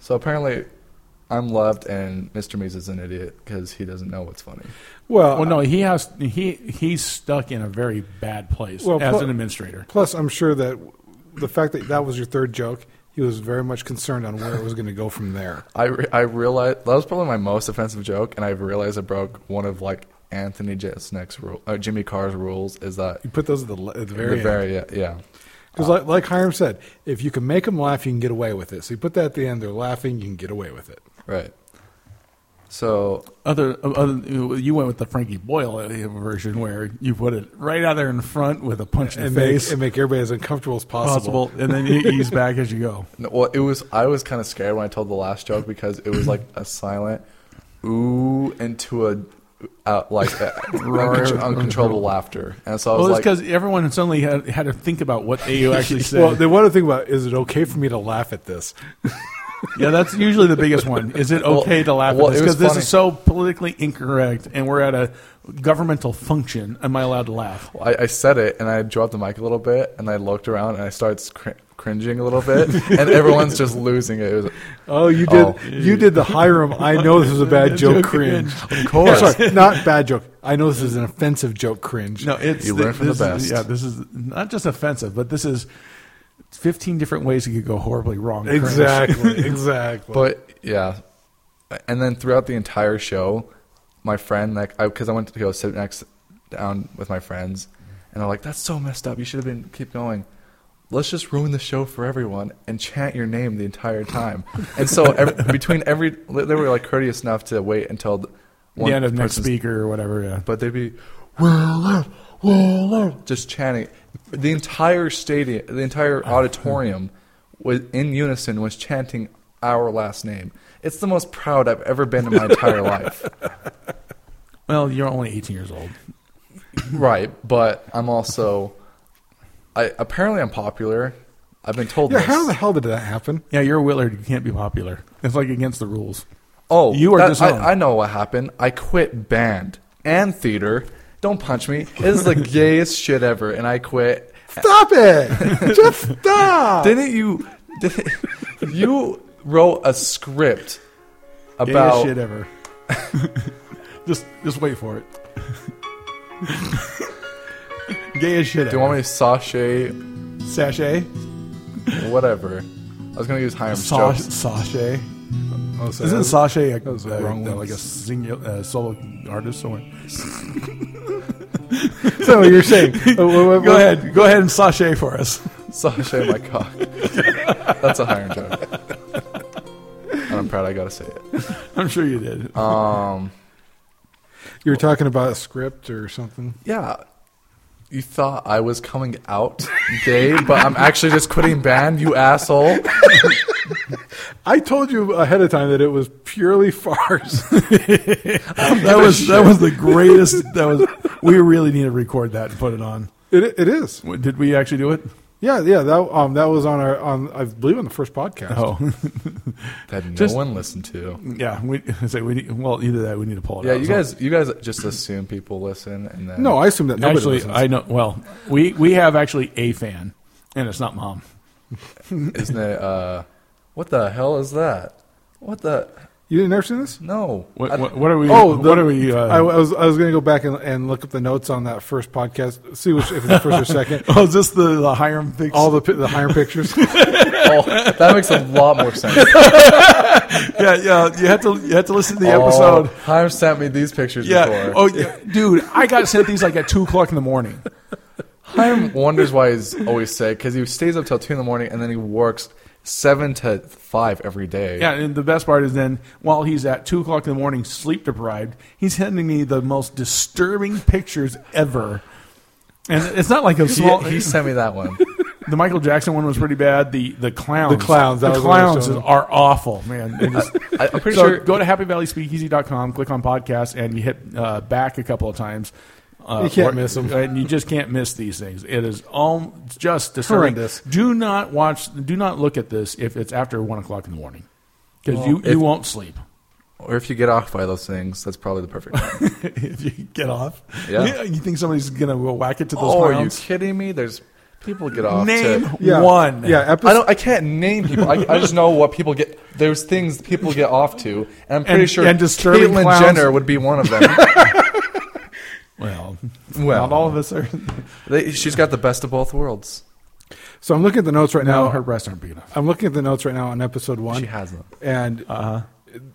so apparently, I'm loved, and Mr. Mees is an idiot because he doesn't know what's funny. Well, Well, no, he has he he's stuck in a very bad place Well, as pl- an administrator. Plus, I'm sure that the fact that that was your third joke, he was very much concerned on where it was going to go from there. I re- I realized that was probably my most offensive joke, and I realized I broke one of like Anthony Jeselnik's rule, uh, Jimmy Carr's rules is that You put those at the, le- at the the very end. very yeah, yeah. Because, like, like Hiram said, if you can make them laugh, you can get away with it. So you put that at the end, they're laughing, you can get away with it. right. So Other, other, you went with the Frankie Boyle version where you put it right out there in front with a punch in And the make, face, and make everybody as uncomfortable as possible. possible, and then you ease back as you go. no, well, it was I was kind of scared when I told the last joke because it was like a silent ooh into a uh, like a, uncontrollable laughter, and so I was Well, it's like, because everyone suddenly had, had to think about what they actually said. Well, the one thing about is it okay for me to laugh at this? yeah, that's usually the biggest one. Is it Well, okay to laugh well, at this? it was Because this funny. is so politically incorrect, and we're at a governmental function. Am I allowed to laugh? I, I said it and I dropped the mic a little bit and I looked around and I started cr- cringing a little bit and everyone's just losing it. It was, Oh, you did. Oh. You did the Hiram. I know this is a bad joke. Cringe. Oh, of course. Sorry, not bad joke. I know this is an offensive joke. Cringe. No, it's You learn from this the best. is- yeah, this is not just offensive, but this is fifteen different ways it could go horribly wrong. exactly. Exactly. But yeah, and then throughout the entire show, my friend like I because I went to go sit next down with my friends, and they're like, "That's so messed up. You should have been keep going." Let's just ruin the show for everyone and chant your name the entire time. and so ev between every, they were like courteous enough to wait until the The end of next person's- speaker or whatever. Yeah. but they'd be "Well up, well up," just chanting. The entire stadium, the entire auditorium, was in unison was chanting our last name. It's the most proud I've ever been in my entire life. Well, you're only 18 years old. Right, but I'm also, I apparently I'm popular. I've been told yeah, this. how the hell did that happen? Yeah, you're a Willard. You can't be popular. It's like against the rules. oh, You are that- disowned. I, I know what happened. I quit band and theater. Don't punch me. It is the gayest shit ever, and I quit. Stop it! Just stop. Didn't you? Did, you wrote a script Gayest about shit ever. just, just wait for it. Gay as shit. Do you want me to sachet sachet? whatever? I was gonna use Hiram's Sa- jokes. sachet. Oh, sorry. Isn't sachet a, was the uh, wrong uh, one. like a singular uh, solo artist or? So you're saying? Oh, Go ahead. Go ahead and sachet for us. Sachet my cock. That's a Hiram joke. And I'm proud I gotta say it. Um, I'm sure you did. Um, You're talking about a script or something? Yeah. You thought I was coming out gay, but I'm actually just quitting band, you asshole. I told you ahead of time that it was purely farce. that was that was the greatest. That was. We really need to record that and put it on. it, it is. What, did we actually do it? Yeah, yeah. That um, that was on our on I believe on the first podcast. Oh, That no Just- one listened to. yeah. We say we need, well either that we need to pull it. Yeah, out, you so. guys you guys just assume people listen and then No, I assume that nobody Actually, listens. I know. Well, we we have actually a fan, and it's not mom. isn't it uh what the hell is that? What the you didn't ever see this? no. I- What, what, what are we? Oh, the- what are we? I, I Uh, was I was going to go back and, and look up the notes on that first podcast, see which if it's the first or second. oh, is this the, the Hiram fix? All the pi- the higher pictures. Oh, that makes a lot more sense. yeah, yeah. You have to you have to listen to the Oh, episode. Hiram sent me these pictures Yeah. before. Oh, yeah. dude, I got sent these like at two o'clock in the morning. Hiram wonders why he's always sick because he stays up till two in the morning and then he works. seven to five every day. Yeah, and the best part is then while he's at two o'clock in the morning, sleep deprived, he's sending me the most disturbing pictures ever. And it's not like a He, small. he sent me that one. the Michael Jackson one was pretty bad. The the clowns, The clowns, that the was the one I was clowns showing. are awful, man. They're just- I, I'm pretty so sure. go to happyvalleyspeakeasy.com, click on podcast, and you hit uh, back a couple of times. Uh, You can't miss 'em. and you just can't miss these things. It is all just disturbing. Horrendous. Do not watch. Do not look at this if it's after one o'clock in the morning, because you, you if- won't sleep. Or if you get off by those things, that's probably the perfect time. if you get off, Yeah. you think somebody's gonna go whack it to those oh, are you clowns? kidding me? There's people get off. Name To, Yeah. one. Yeah. Episode, I don't. I can't name people. I, I just know what people get. There's things people get off to, and I'm pretty And- sure and disturbing Caitlyn clowns. Jenner would be one of them. Well, Well. not all of us are. they, she's got the best of both worlds. so I'm looking at the notes right No, now. her breasts aren't big enough. I'm looking at the notes right now on episode one. She has them. and Uh-huh.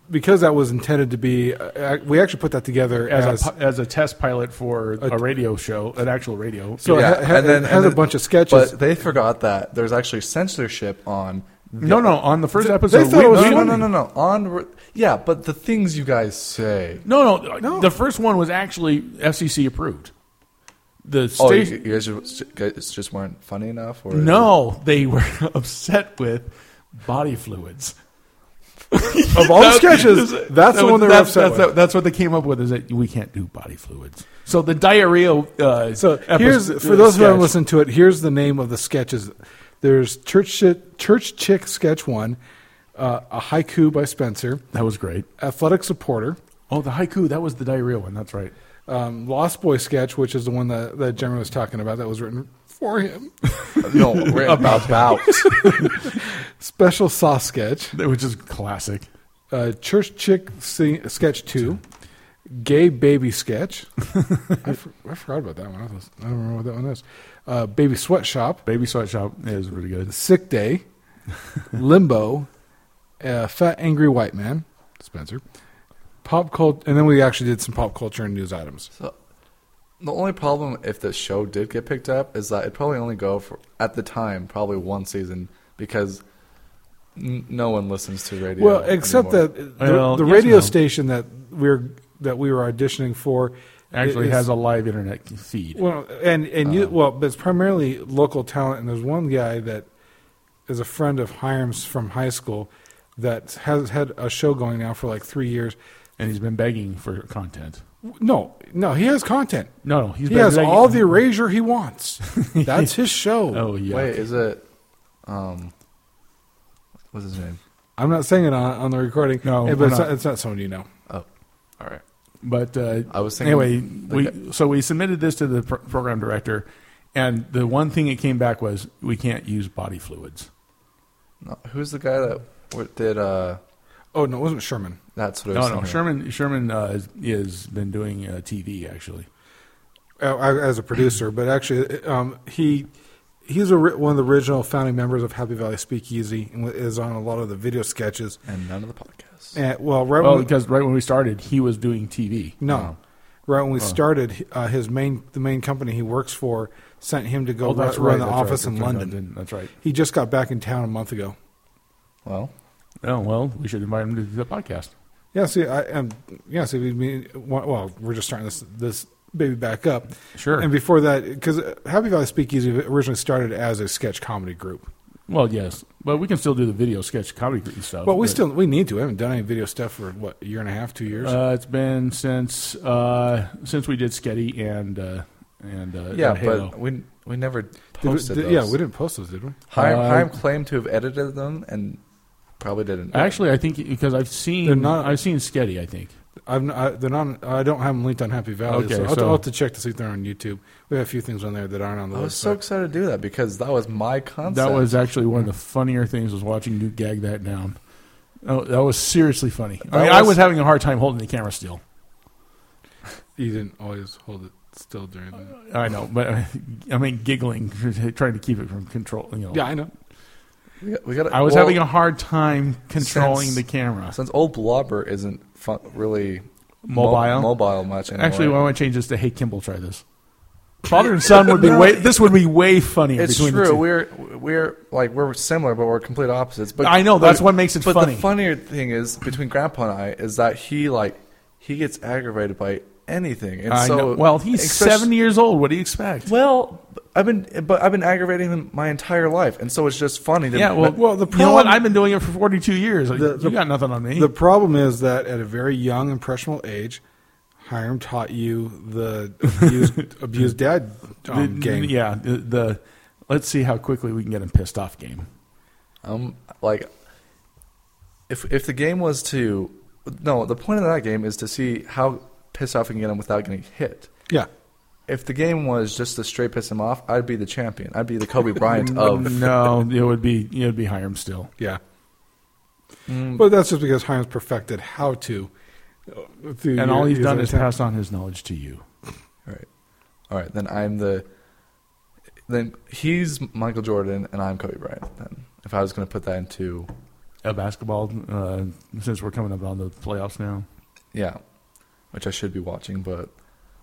because that was intended to be, uh, we actually put that together As, as, a, pi- as a test pilot for a, uh, radio show, an actual radio. So Yeah, it, ha- and then- it has and a then- bunch of sketches. But they forgot that there's actually censorship on. no, no. On the first They- episode, they thought it we- was No, we- no, no, no, no. On re- yeah, but the things you guys say. No, no, The first one was actually FCC approved. The Oh, you, station. you guys just, guys just weren't funny enough, or no, they were upset with body fluids. of all the That- sketches, that- that's that the was- one they were that's, upset that's, with. that's what they came up with is that we can't do body fluids. So the diarrhea. Uh, So epi- here's uh, for those who haven't sketch. listened to it. Here's the name of the sketches. There's church shit, church chick sketch one, uh, a haiku by Spencer, That was great. athletic supporter, Oh, the haiku. That was the diarrhea one. That's right. um, lost boy sketch, which is the one that that Jeremy was talking about that was written for him. no, we're about about. Special sauce sketch, That was just classic. uh, church chick sing, sketch two, gay baby sketch. I, for, I forgot about that one. I, was- I don't remember what that one is. Uh, baby sweatshop. Baby Sweatshop is really good. Sick Day, Limbo, uh, Fat Angry White Man, Spencer, Pop Culture, and then we actually did some pop culture and news items. So, the only problem if the show did get picked up is that it probably only go for at the time probably one season because n- no one listens to radio. well, except anymore. that the, Well, the yes, radio no. station that we're that we were auditioning for Actually, is- has a live internet feed. well, and and Uh-huh. you well, but it's primarily local talent, and there's one guy that is a friend of Hiram's from high school that has had a show going now for like three years. and he's been begging for content. No, no, he has content. No, no, he's He been has begging- all the erasure he wants. That's his show. Oh yeah. wait, is it um, what's his name? I'm not saying it on, on the recording. No, Eh, but we're it's, not. not. it's not someone you know. Oh, all right. But uh, I was thinking- anyway. We so we submitted this to the pro- program director, and the one thing it came back was we can't use body fluids. No, who's the guy that what did uh? Oh no, it wasn't Sherman. That's what I No, was no. thinking. Sherman Sherman uh, is, is been doing uh, TV actually. uh, I- as a producer, but actually, um, he he's a, ri- one of the original founding members of Happy Valley Speakeasy and wa- is on a lot of the video sketches. and none of the podcasts. And, Eh, well, right Well, when because right when we started, he was doing TV. no, right Oh. when we started, he- uh, his main the main company he works for sent him to go Oh, ru- that's run right, the that's office right. in That's right. London. That's right. He just got back in town a month ago. Well, Oh well, we should invite him to the podcast. Yeah, see, I am. Yeah, see, we mean, well, we're just starting this this baby back up. Sure. And before that, because Happy Valley Speakeasy originally started as a sketch comedy group, Well, yes, but we can still do the video sketch comedy group and stuff. but we but- still we need to. We haven't done any video stuff for what a year and a half, two years. Uh, it's been since uh, since we did Sketty and uh, and uh, yeah, and Halo. but we we never Did we- posted did- those. yeah, we didn't post those, did we? Haim, Uh, Haim claimed to have edited them and probably didn't. actually, I think because I've seen They're not- I've seen Sketty. I think I've n- I, they're not. I don't have them linked on Happy Valley. Okay, so, I'll, so- Oh, I'll have to check to see if they're on YouTube. We have a few things on there that aren't on the I was list. so but- excited to do that because that was my concept. that was actually one of the funnier things was watching you gag that down. Oh, that was seriously funny. I, That mean, I was- was having a hard time holding the camera still. you didn't always hold it still during that. I know, but uh, I mean, giggling, trying to keep it from control. You know, yeah, I know. we got, we got I was well, having a hard time controlling since- the camera. since old Blobber isn't fun, really mo- Mobile? mobile much anymore. Actually, why don't I change this to Hey Kimball? Try this. Father and son would be way. This would be way funnier It's between the true. two. We're we're like we're similar, but we're complete opposites. But I know, that's what makes it but funny. the funnier thing is between Grandpa and I is that he like he gets aggravated by anything, and I so know. Well, he's especially- seventy years old. What do you expect? Well, I've been but I've been aggravating him my entire life, and so it's just funny. To yeah. Well, well, the you know what? problem- I've been doing it for forty-two years. Like, The- the- you got nothing on me. The problem is that at a very young, impressionable age, Hiram taught you the abused, abused dad um, The- game. Yeah. The, the let's see how quickly we can get him pissed off game. um, like if if the game was to no, the point of that game is to see how pissed off we can get him without getting hit. Yeah. If the game was just to straight piss him off, I'd be the champion. I'd be the Kobe Bryant of no, it would be it would be Hiram still. Yeah. Mm. But that's just because Hiram's perfected how to. uh, Through And your- all he's his done is attempt. pass on his knowledge to you. All right. All right. Then I'm the. Then he's Michael Jordan and I'm Kobe Bryant. Then, if I was going to put that into, Uh, basketball, uh, since we're coming up on the playoffs now. yeah, which I should be watching, but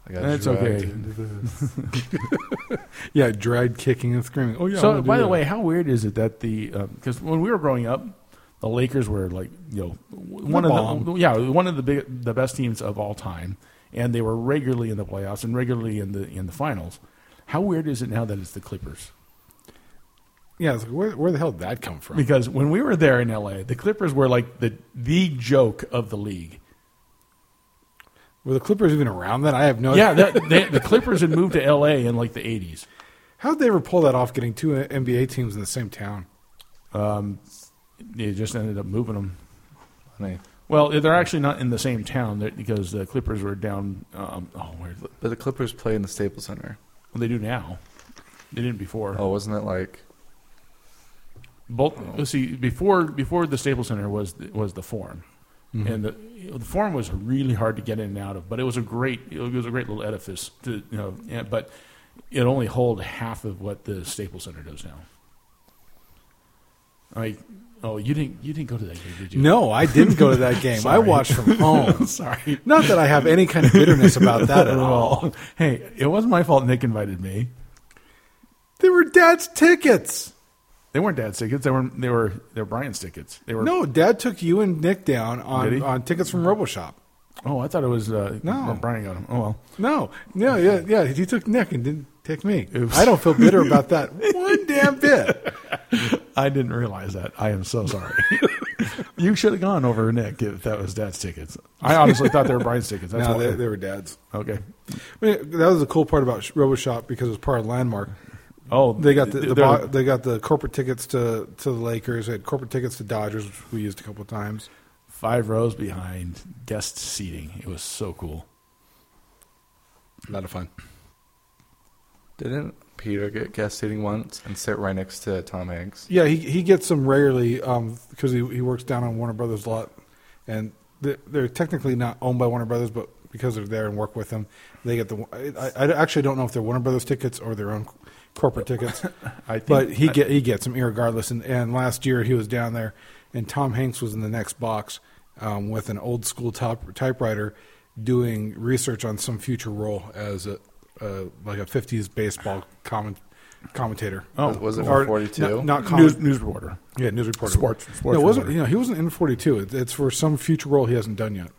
I got That's dragged okay. into this. Yeah, dread kicking and screaming. Oh, yeah. I so, wanna do by the that. way, how weird is it that the because when we were growing up, the Lakers were like you know one of the bomb. yeah one of the big the best teams of all time, and they were regularly in the playoffs and regularly in the in the finals. How weird is it now that it's the Clippers? Yeah, it's like, where, where the hell did that come from? Because when we were there in LA, the Clippers were like the the joke of the league. Were the Clippers even around then? I have no Yeah, that, they, the Clippers had moved to LA in like the '80s. How'd they ever pull that off getting two NBA teams in the same town? They just ended up moving them. Funny. Well, they're actually not in the same town they're- because the Clippers were down. Um, oh, where well, But the Clippers play in the Staples Center. they do now? They didn't before. Oh, wasn't it like? Both let's see before before the Staples Center was was the Forum, Mm-hmm. and the the Forum was really hard to get in and out of, but it was a great it was a great little edifice to you know, yeah, but it only hold half of what the Staples Center does now. I oh you didn't you didn't go to that game did you? No, I didn't go to that game. I Sorry. watched from home. sorry. Not that I have any kind of bitterness about that at all. Hey, it wasn't my fault. Nick invited me. They were dad's tickets. They weren't dad's tickets. They were they were they were Brian's tickets. They were No, dad took you and Nick down Did on, he? on tickets from RoboShop. Oh, I thought it was uh, No. Brian got them. Oh well. No, no, yeah, yeah. He took Nick and didn't take me. Oops. I don't feel bitter about that one damn bit. I didn't realize that. I am so sorry. you should have gone over Nick if that was Dad's tickets. I honestly thought they were Brian's tickets. That's No, why- they, they were dad's. okay. I mean, that was the cool part about RoboShop because it was part of Landmark. Oh, They got the, the they're- bo- they got the corporate tickets to to the Lakers. They had corporate tickets to Dodgers, which we used a couple of times. five rows behind guest seating. It was so cool. A lot of fun. Didn't Peter get guest seating once and sit right next to Tom Hanks? Yeah, he he gets them rarely because he he works down on Warner Brothers a lot, and they're, they're technically not owned by Warner Brothers, but because they're there and work with them, they get the. I, I actually don't know if they're Warner Brothers tickets or their own corporate tickets, I think- but he get he gets them irregardless. And, and last year he was down there, and Tom Hanks was in the next box um, with an old school top, typewriter, doing research on some future role as a uh, like a '50s baseball comment, commentator. Oh, Was- was it Or- for 42? Not, not comment- news, news reporter. yeah, news reporter. Sports- sports no, it wasn't. reporter. You know, he wasn't in forty two. It, it's for some future role he hasn't done yet.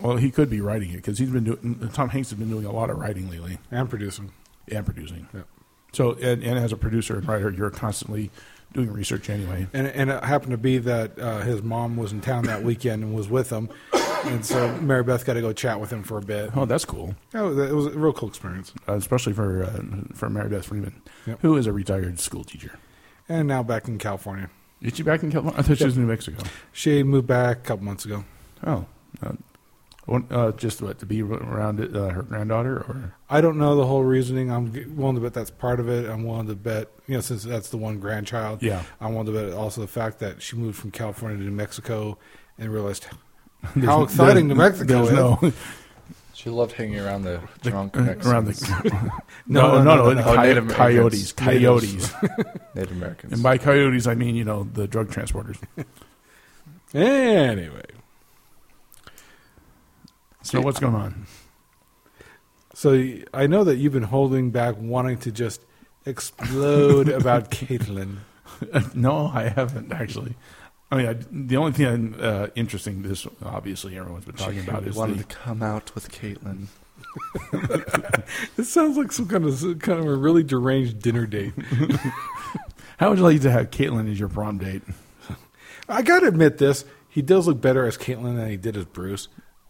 Well, he could be writing it because he's been doing. Tom Hanks has been doing a lot of writing lately And producing. and producing. Yeah. So, and, and as a producer and writer, you're constantly doing research anyway. And and it happened to be that uh, his mom was in town that weekend and was with him, and so Mary Beth got to go chat with him for a bit. Oh, that's cool. Oh, that- it was a real cool experience. Uh, especially for uh, for Meredith Freeman, Yep. who is a retired school teacher. And now back in California, Is she back in California? I thought she was in New Mexico. she moved back a couple months ago. Oh, uh, one- uh, just what to be around uh, her granddaughter, or I don't know the whole reasoning. I'm g- willing to bet that's part of it. I'm willing to bet, you know, since that's the one grandchild. Yeah. I'm willing to bet also the fact that she moved from California to New Mexico and realized how exciting New there's- Mexico is. there's no- She loved hanging around the, uh, the- drunk around Mexicans, the No, no, no, no, no, no, no. Oh, coy- Native Americans. coyotes, coyotes, Native Americans. and by coyotes I mean you know the drug transporters. Anyway, So what's going on? So I know that you've been holding back, wanting to just explode about Caitlin. no, I haven't actually. I mean, I, the only thing uh, interesting this obviously everyone's been talking about She is wanted the, to come out with Caitlyn. It sounds like some kind of some kind of a really deranged dinner date. how would you like to have Caitlin as your prom date? I gotta admit this. He does look better as Caitlin than he did as Bruce.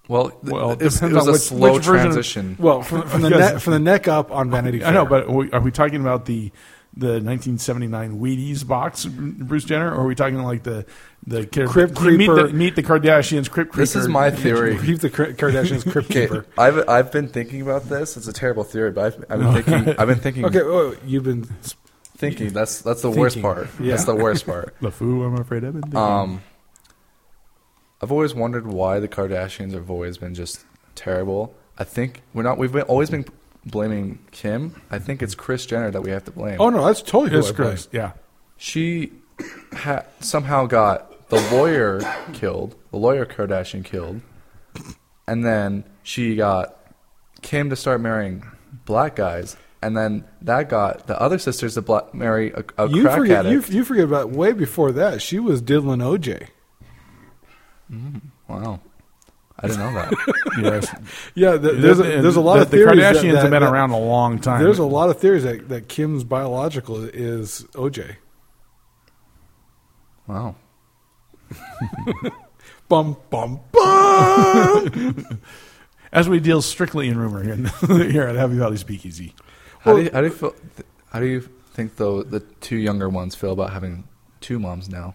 Well, th- Well, it it's, it depends was on a which- slow which version of- transition. Well, from, from the Because- neck from the neck up on Vanity Fair. I know, but are we, are we talking about the the 1979 Wheaties box, Bruce Jenner, or are we talking like the the Kar- Crypt meet Creeper. the, meet the Kardashians? Crypt Creeper. this is my theory. Keep the Kar- Kardashians crypt Okay, keeper. I've I've been thinking about this. It's a terrible theory, but I've, I've been thinking. I've been thinking. Okay, oh, you've been thinking. That's that's the worst Thinking. part. Yeah. That's the worst part. LeFou, I'm afraid I've been thinking. Um, I've always wondered why the Kardashians have always been just terrible. I think we're not. We've been, always been blaming Kim. I think it's Chris Jenner that we have to blame. Oh no, that's totally who It's I blame. gross. Yeah. she ha- somehow got the lawyer killed, the lawyer Kardashian killed, and then she got Kim to start marrying black guys, and then that got the other sisters to bla- marry a, a You crack forget you, addict. you forget about way before that. She was diddling OJ. wow, I didn't know that. Yes. Yeah, th- there's a, The- there's a lot the, of the theories that- Kardashians that- have been that- around a long time. There's a lot of theories that, that Kim's biological is OJ. wow. Bum bum bum. as we deal strictly in rumor here, here at Happy Valley Speakeasy. How, Well- do you, how do you feel? th- How do you think though the two younger ones feel about having two moms now?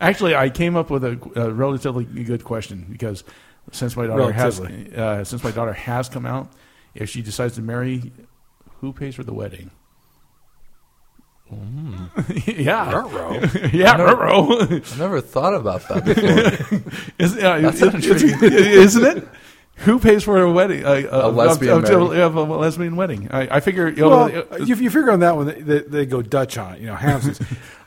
Actually, I came up with a, a relatively good question because since my daughter has Relatively. uh, since my daughter has come out, if she decides to marry, who pays for the wedding? Hmm. yeah, yeah, ruh-roh. I've never thought about that before. Is, uh, That's it- intriguing. it's- isn't it? Who pays for a wedding? Uh, uh, A lesbian of- of- wedding. of a lesbian wedding. I, I figure. You know, well, uh, if you figure on that one, they, they, they go Dutch on it. You know, Hamson's.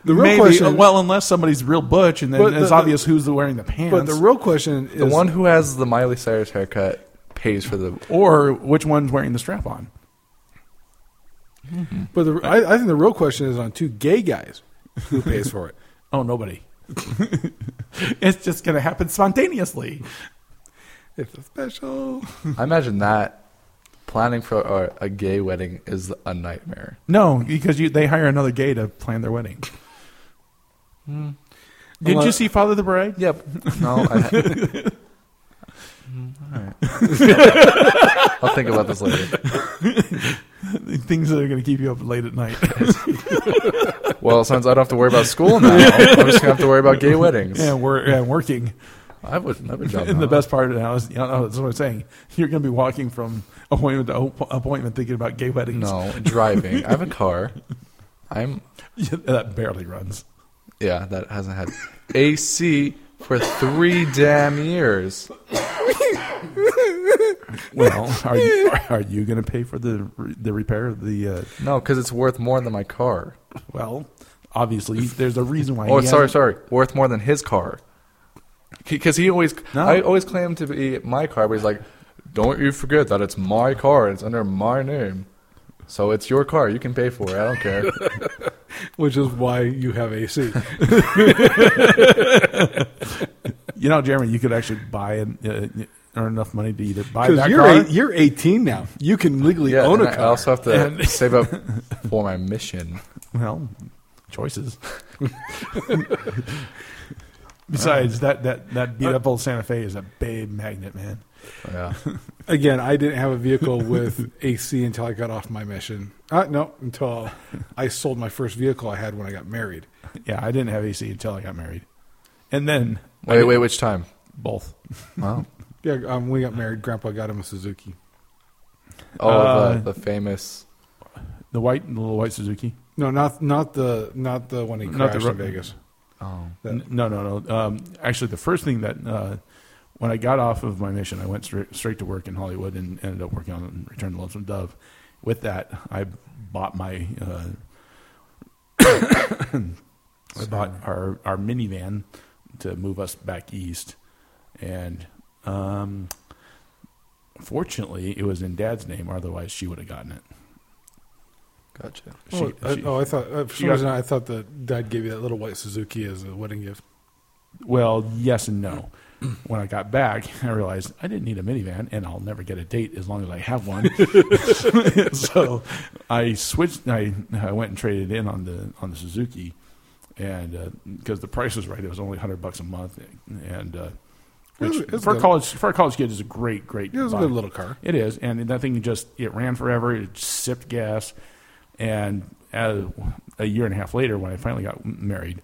The real maybe. question, uh, well, unless somebody's real butch, and then But the- it's the- obvious who's the wearing the pants. but the real question is the one who has the Miley Cyrus haircut pays for the or which one's wearing the strap on? But the, I, I think the real question is on two gay guys who pays for it. Oh, nobody. it's just going to happen spontaneously. It's a special. I imagine that planning for a, a gay wedding is a nightmare. No, because you, they hire another gay to plan their wedding. Hmm. Did you uh, Unless- see Father the Bride? Yep. No. I, Mm, all right. I'll think about this later. Things that are going to keep you up late at night. Well, since I don't have to worry about school now, I'm just gonna have to worry about gay weddings. and we're and working. I would never done And the that. best part now is, you know, that's what I'm saying. You're going to be walking from appointment to op- appointment thinking about gay weddings. No, driving. I have a car. I'm that barely runs. yeah. That hasn't had AC for three damn years. Well, are you, are you going to pay for the re- the repair of the? Uh, No, because it's worth more than my car. well, obviously, there's a reason why. Oh, he sorry, hasn't- sorry. Worth more than his car. Because he always, No. I always claim to be my car, but he's like, don't you forget that it's my car. It's under my name. So it's your car. You can pay for it. I don't care. Which is why you have AC. You know, Jeremy, you could actually buy and uh, earn enough money to either buy Because that you're, car. eight- you're 18 now. You can legally yeah, own and a I car. also have to And- save up for my mission. Well, choices. Besides that, that that beat up old Santa Fe is a babe magnet, man. Yeah. Again, I didn't have a vehicle with AC until I got off my mission. Uh, no, until I sold my first vehicle I had when I got married. Yeah, I didn't have AC until I got married, and then I Wait, did wait, which time? both. Wow. Yeah, um, when we got married, Grandpa got him a Suzuki. Oh, Uh, the, the famous. The white, the little white Suzuki. No, not not the not the one he Not crashed the in ro- Vegas. Oh. That- N- No, no, no. Um, actually, the first thing that uh, when I got off of my mission, I went straight, straight to work in Hollywood and ended up working on Return to Lonesome Dove. With that, I bought my uh, I bought our our minivan to move us back east, and um, Fortunately, it was in Dad's name, otherwise she would have gotten it. Gotcha. She, oh, I, she- oh, I thought uh, for she some got- reason I thought that Dad gave you that little white Suzuki as a wedding gift. Well, yes and no. When I got back, I realized I didn't need a minivan, and I'll never get a date as long as I have one. so I switched. I, I went and traded in on the on the Suzuki, and because the price was right, it was only hundred bucks a month, and uh, It was- which it was for a good. college for a college kid is a great great. It was a buy. good little car. It is, and that thing just it ran forever. It sipped gas, and uh a year and a half later, when I finally got married,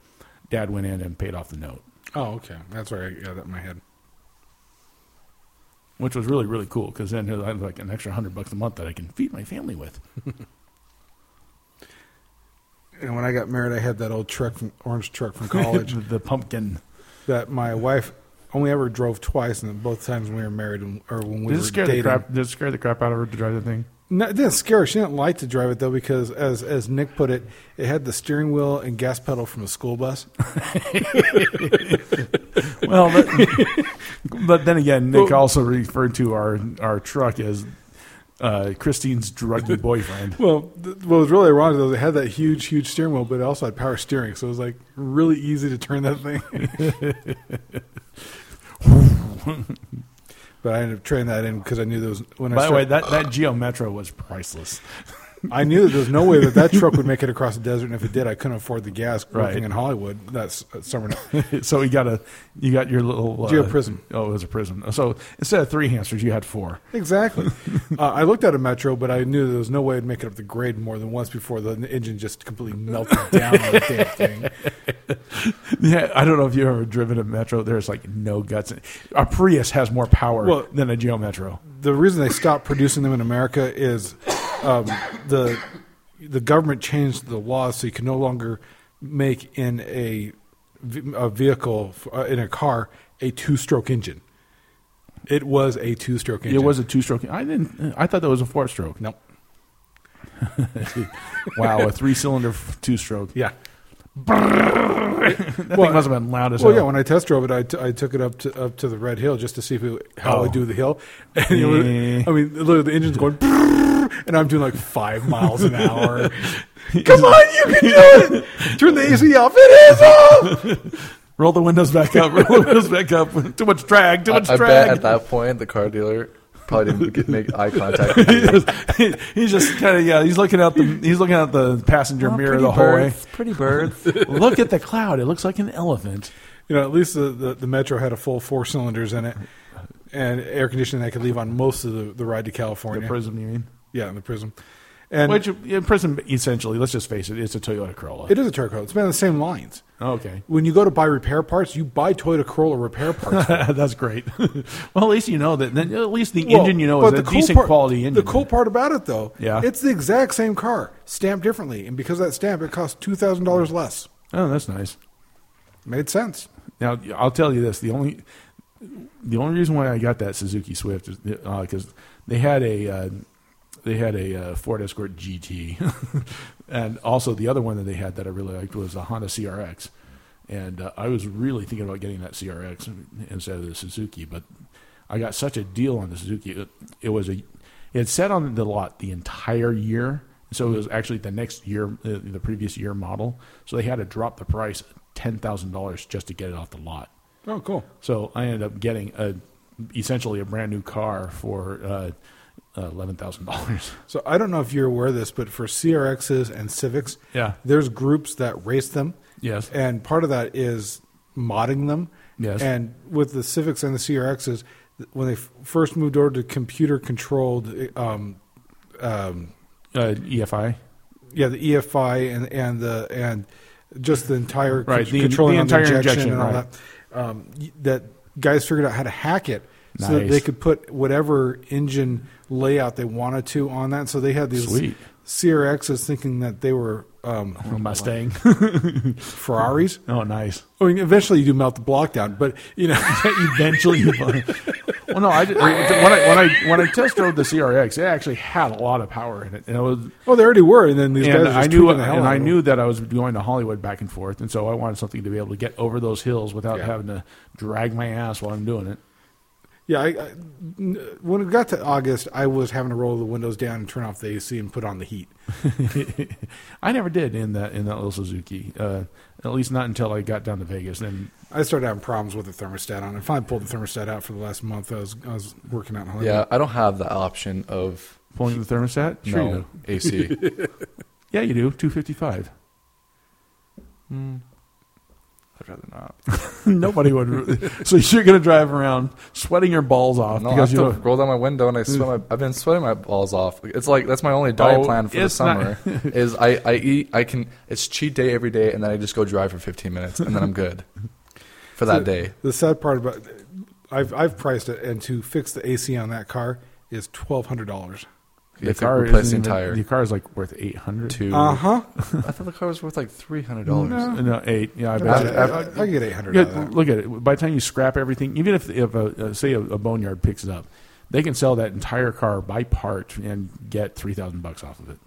Dad went in and paid off the note, Oh, okay, that's where I got that in my head. which was really really cool because then I had like an extra hundred bucks a month that I can feed my family with. And when I got married, I had that old truck, from, orange truck from college, the pumpkin. that my wife only ever drove twice, and both times when we were married and, or when we Did it were scare dating. the crap? Did it scare the crap out of her to drive the thing? No, it didn't scare her. She didn't like to drive it though, because as as Nick put it, it had the steering wheel and gas pedal from a school bus. Well, but, but then again, Nick also referred to our our truck as uh, Christine's druggy boyfriend. Well, th- what was really ironic though, is it had that huge, huge steering wheel, but it also had power steering, so it was like really easy to turn that thing. but I ended up trading that in because I knew there was when I By the way, started, that that Geo Metro was priceless. I knew that there was no way that that truck would make it across the desert, and if it did, I couldn't afford the gas Right. working in Hollywood that s- summer. so you got a you got your little uh, Geo Prism. Oh, it was a prism. So instead of three hamsters, you had four. Exactly. uh, I looked at a Metro, but I knew there was no way I'd make it up the grade more than once before the engine just completely melted down on the damn thing. Yeah, I don't know if you've ever driven a Metro. There's like no guts. in- A Prius has more power Well- than a Geo Metro. The reason they stopped producing them in America is um, the the government changed the laws so you can no longer make in a v- a vehicle uh, in a car a two stroke engine. It was a two stroke engine. It was a two-stroke. I didn't. uh, I thought that was a four-stroke. nope. Wow, a three-cylinder f- two-stroke. Yeah. That Well, thing must have been loud as Well, yeah. hell. When I test drove it, I, t- I took it up to up to the Red Hill just to see if it, how Oh. I do the hill. And it was, Yeah. I mean, literally the engine's going, brrrr, and I'm doing like five miles an hour. Come on, you can do it! Turn the AC off. It is off. Roll the windows back up. Roll the windows back up. Too much drag. Too I, much I bet drag. at that point the car dealer probably didn't get, make eye contact. With you. he's just kind of yeah. He's looking out the he's looking out the passenger mirror the whole way. Oh, pretty birds. Look at the cloud. It looks like an elephant. You know, at least the, the, the Metro had a full four cylinders in it, and air conditioning I could leave on most of the, the ride to The California. prism, you mean? yeah, in the Prism, and Which yeah, prism essentially? Let's just face it. It's a Toyota Corolla. Oh, it is a Turco. It's been on the same lines. okay. When you go to buy repair parts, you buy Toyota Corolla repair parts. That's great. well, at least you know that. Then at least the Well, engine you know but is a the cool decent part- quality engine. The cool part about it, though, Yeah. it's the exact same car, stamped differently, and because of that stamp, it costs two thousand dollars less. Oh, that's nice. Made sense. Now I'll tell you this: the only the only reason why I got that Suzuki Swift is because they had a uh, they had a uh, Ford Escort GT, and also the other one that they had that I really liked was a Honda CRX, and uh, I was really thinking about getting that CRX instead of the Suzuki, but I got such a deal on the Suzuki. It, it was a it sat on the lot the entire year, so it was actually the next year, uh, the previous year model. So they had to drop the price ten thousand dollars just to get it off the lot. Oh, cool. So I ended up getting a essentially a brand new car for uh, eleven thousand dollars. So I don't know if you're aware of this, but for CRXs and Civics, Yeah. there's groups that race them. Yes. and part of that is modding them. Yes. and with the Civics and the CRXs, th- when they f- first moved over to computer-controlled um, Uh, EFI, Yeah, the EFI and and the and just the entire Right, con- the- controlling the on the entire injection, injection, and all right. that. Um, y- that guys figured out how to hack it so that Nice. they could put whatever engine layout they wanted to on that. So they had these Sweet. CRXs thinking that they were um, Mustang. Ferraris. oh, nice. I mean, eventually you do melt the block down, but you know, Eventually, you buy- well, no, I did, when I when I when I test drove the CRX, it actually had a lot of power in it, and it was. well, they already were, and then these and guys. I just knew, tweaking the hell and out I of them. knew that I was going to Hollywood back and forth, and so I wanted something to be able to get over those hills without Yeah. having to drag my ass while I'm doing it. Yeah, I, I, n- when it got to August, I was having to roll the windows down and turn off the AC and put on the heat. I never did in that in that little Suzuki. Uh, at least not until I got down to Vegas. And I started having problems with the thermostat on. If I pulled the thermostat out for the last month, I was I was working out. In Hollywood. Yeah, I don't have the option of pulling the thermostat. Sure you no do. AC. Yeah, you do. Two fifty five. I'd rather not. Nobody would. really- so you're going to drive around sweating your balls off No, I because have you Mm. to roll down my window and I sweat my, I've been sweating my balls off. It's like that's my only diet Oh, plan for the it's not- summer. is I, I eat I can it's cheat day every day and then I just go drive for 15 minutes and then I'm good for that day. The sad part about I've I've priced it, and to fix the AC on that car is twelve hundred dollars. You have to replace the isn't even- entire The car is like worth eight hundred. two. Uh huh. I thought the car was worth like three hundred dollars. No, eight. Yeah, I I, bet. you- I, I can get eight hundred. Yeah, out of that. look at it. By the time you scrap everything, even if, if a, uh, say a, a boneyard picks it up, they can sell that entire car by part and get three thousand bucks off of it.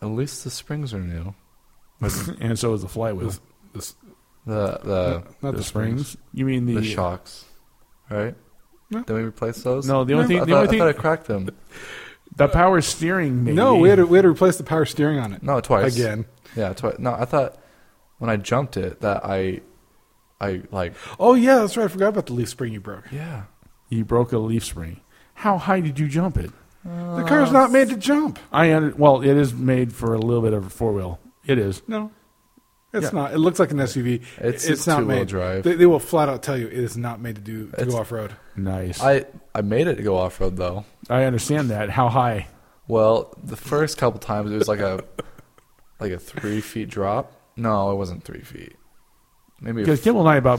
At least the springs are new. and so is the flywheel. This- The Uh, the not the, springs. You mean the, the shocks, right? No. Did we replace those? No, the only thing- I the thought, only I thing- thought I cracked them. the power steering? Maybe. No, we had to, we had to replace the power steering on it. No, twice again. Yeah, twice. No, I thought when I jumped it that I, I like Oh yeah, that's right. I forgot about the leaf spring you broke. yeah. you broke a leaf spring. How high did you jump it? the car's Uh, not made to jump. I under, well, it is made for a little bit of a four wheel. It is. No, it's Yeah. not. It looks like an SUV. It's- It's, it's not two-wheel made. drive. They, they will flat out tell you it is not made to do to It's- go off road. Nice. I, I I made it go off road though. understand that. How high? Well, the first couple times it was like a like a three feet drop. No, it wasn't three feet. Maybe a Because Kimball and I about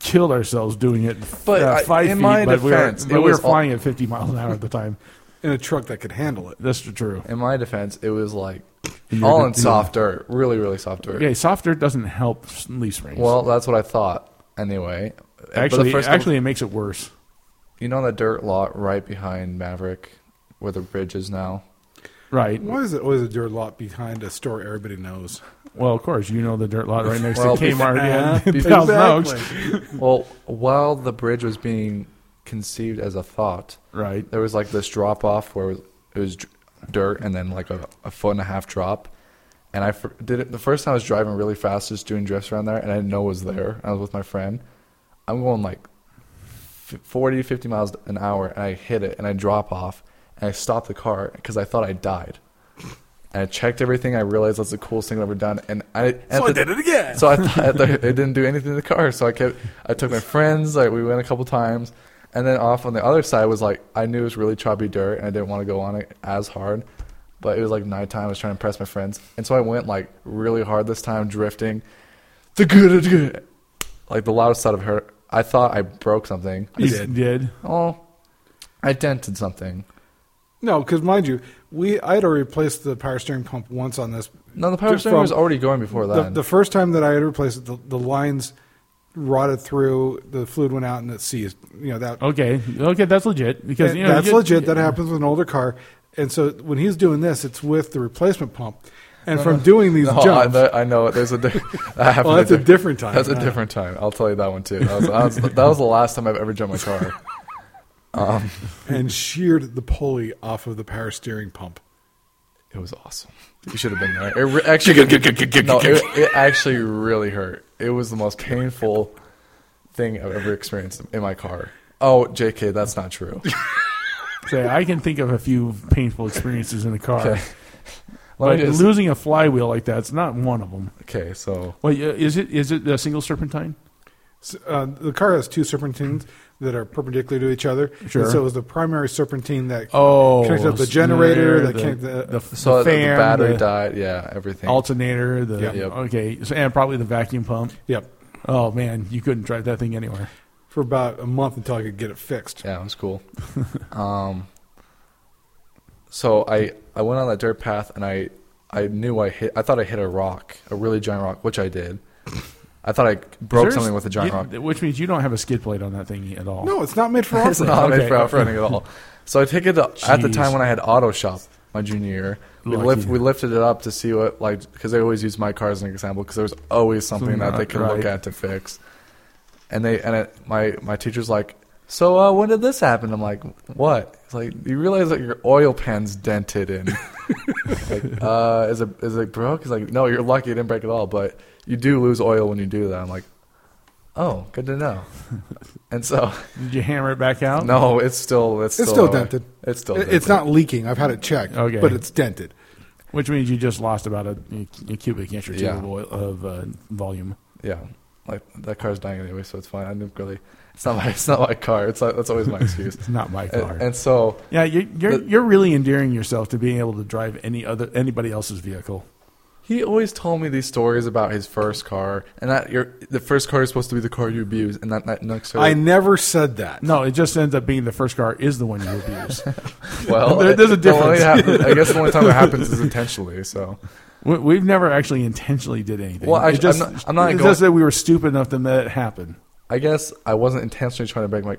killed ourselves doing it. But uh, I- five in feet, my but defense, we it were, but we were was all- flying at fifty miles an hour at the time. In a truck that could handle it. That's true. In my defense, it was like You're all gonna in do soft dirt, really, really soft dirt. Okay, soft dirt doesn't help s- leaf springs. Well, that's what I thought anyway. But the actually, first couple- actually, it makes it worse. you know the dirt lot right behind Maverick, where the bridge is now. Right. Why is it always a dirt lot behind a store everybody knows? Well, of course, you know the dirt lot right next Well, to Kmart and bef- Thousand Oaks. Well, while the bridge was being conceived as a thought, Right. there was like this drop off where it was, it was dr- dirt and then like a, a foot and a half drop. And I fr- did it the first time I was driving really fast, just doing drifts around there, and I didn't know it was there. I was with my friend. I'm going like f- 40, 50 miles an hour, and I hit it and I drop off and I stop the car because I thought I died. And I checked everything. I realized that's the coolest thing I've ever done. And I so I did it again. So I thought that it didn't do anything to the car. So I kept. I took my friends. Like we went a couple times, and then off on the other side was like I knew it was really choppy dirt, and I didn't want to go on it as hard. But it was like nighttime. I was trying to impress my friends, and so I went like really hard this time, drifting. The good, the good, like the loudest out of her. I thought I broke something. You It's- did. did. Oh, I dented something. No, because mind you, we I had already replaced the power steering pump once on this. No, the power Just steering from- was already going before The, that. the first time that I had replaced it, the, the lines rotted through, the fluid went out, and it seized. You know that Okay. Okay, that's legit. Because And Oh, you know, that's you- legit. That happens with an older car. And so when he's doing this, it's with the replacement pump. And from doing these No, Oh, I- jumps, that- I, know it. There's a di- that happened Well, that's a different time. That's a Yeah. different time. I'll tell you that one too. That was, that was, that was the last time I've ever jumped my car. and sheared the pulley off of the power steering pump. It was awesome. You should have been there. It re- actually, no, it, it actually really hurt. It was the most painful thing I've ever experienced in my car. Oh, JK, that's not true. say, I can think of a few painful experiences in the car. Okay, Let But me just- losing a flywheel like that's not one of them. okay, so Well, yeah, is it is it a single serpentine? So, uh, the car has two serpentines that are perpendicular to each other. Sure. And so it was the primary serpentine that Oh, connected up the so generator, there, that the- connected the, the so the, fan, battery the- died. Yeah, everything. alternator, the Yep. Yep. okay, so, and probably the vacuum pump. yep Oh man, you couldn't drive that thing anywhere. for about a month until I could get it fixed. Yeah, it was cool. um, so I I went on that dirt path and I I knew I hit I thought I hit a rock, a really giant rock, which I did. I thought I broke There's- something with a giant you- rock. which means you don't have a skid plate on that thing at all. No, it's not made for It's off not made Okay. for off roading at all. So I take it to, at the Jeez. time when I had auto shop my junior year. We, Lucky. lift, we lifted it up to see what like because they always use my car as an example because there was always something Something that they not could look right. at to fix. And they and it, my my teacher's like, so uh, when did this happen? I'm like, what? It's like, you realize that your oil pan's dented in. like, uh, is it is it broke? He's like, no, you're lucky it didn't break at all, but you do lose oil when you do that. I'm like, oh, good to know. and so, Did you hammer it back out? no, it's still it's, It's still dented. It's still It- dented. It's not leaking. I've had it checked, Okay. but it's dented. Which means you just lost about a, a cubic inch or two Yeah. of, oil, of uh, volume. yeah, like that car's dying anyway, so it's fine. I didn't really. It's not my. It's not my car. It's not, that's always my excuse. It's not my car. and, and so yeah, you're you're, the- you're really endearing yourself to being able to drive any other anybody else's vehicle. he always told me these stories about his first car, and that your the first car is supposed to be the car you abuse, and that not necessarily. I never said that. No, it just ends up being the first car is the one you abuse. well, there- there's a the only difference. hap- I guess the only time it happens is intentionally. So we, we've never actually intentionally did anything. Well, I- It just, I'm not- I'm not it's going- just that we were stupid enough to let it happen. I guess I wasn't intentionally trying to break my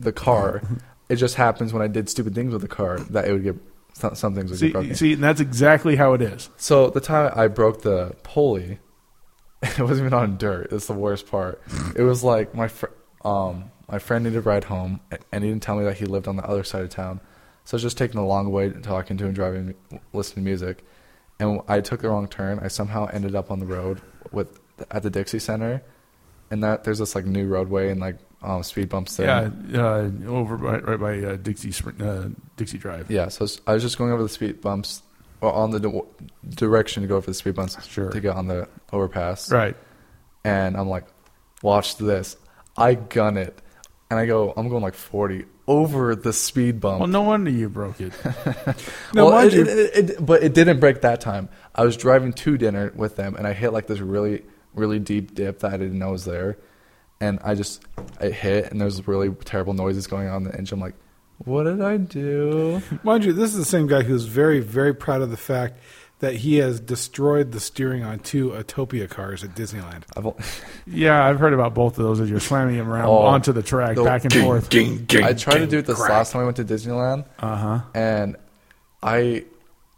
the car. It just happens when I did stupid things with the car that it would get some, some things would get See, broken. see, and that's exactly how it is. So the time I broke the pulley, it wasn't even on dirt. That's the worst part. It was like my fr- um my friend needed a ride home, a- and he didn't tell me that he lived on the other side of town. So I was just taking a long way, talking to him, driving, listening to music, and I took the wrong turn. I somehow ended up on the road with at the Dixie Center, and that there's this like new roadway and like um, speed bumps there. Yeah, uh, over by, right by uh, Dixie Spr- uh, Dixie Drive. Yeah, so I was- I was just going over the speed bumps, well, on the d- direction to go over the speed bumps Sure. to get on the overpass. Right. and I'm like, watch this. I gun it, and I go, I'm going like 40 over the speed bump. Well, no wonder you broke it. Now, Well, mind it- you- it- it- it- but it didn't break that time. I was driving to dinner with them, and I hit like this really, really deep dip that I didn't know was there, and I just it hit, and there's really terrible noises going on in the engine. I'm like, what did I do? Mind you, this is the same guy who's very, very proud of the fact that he has destroyed the steering on two Atopia cars at Disneyland. I've, o- Yeah, I've heard about both of those as you're slamming them around Oh. onto the track, The back and forth. I tried to do it this last time I went to Disneyland. And I,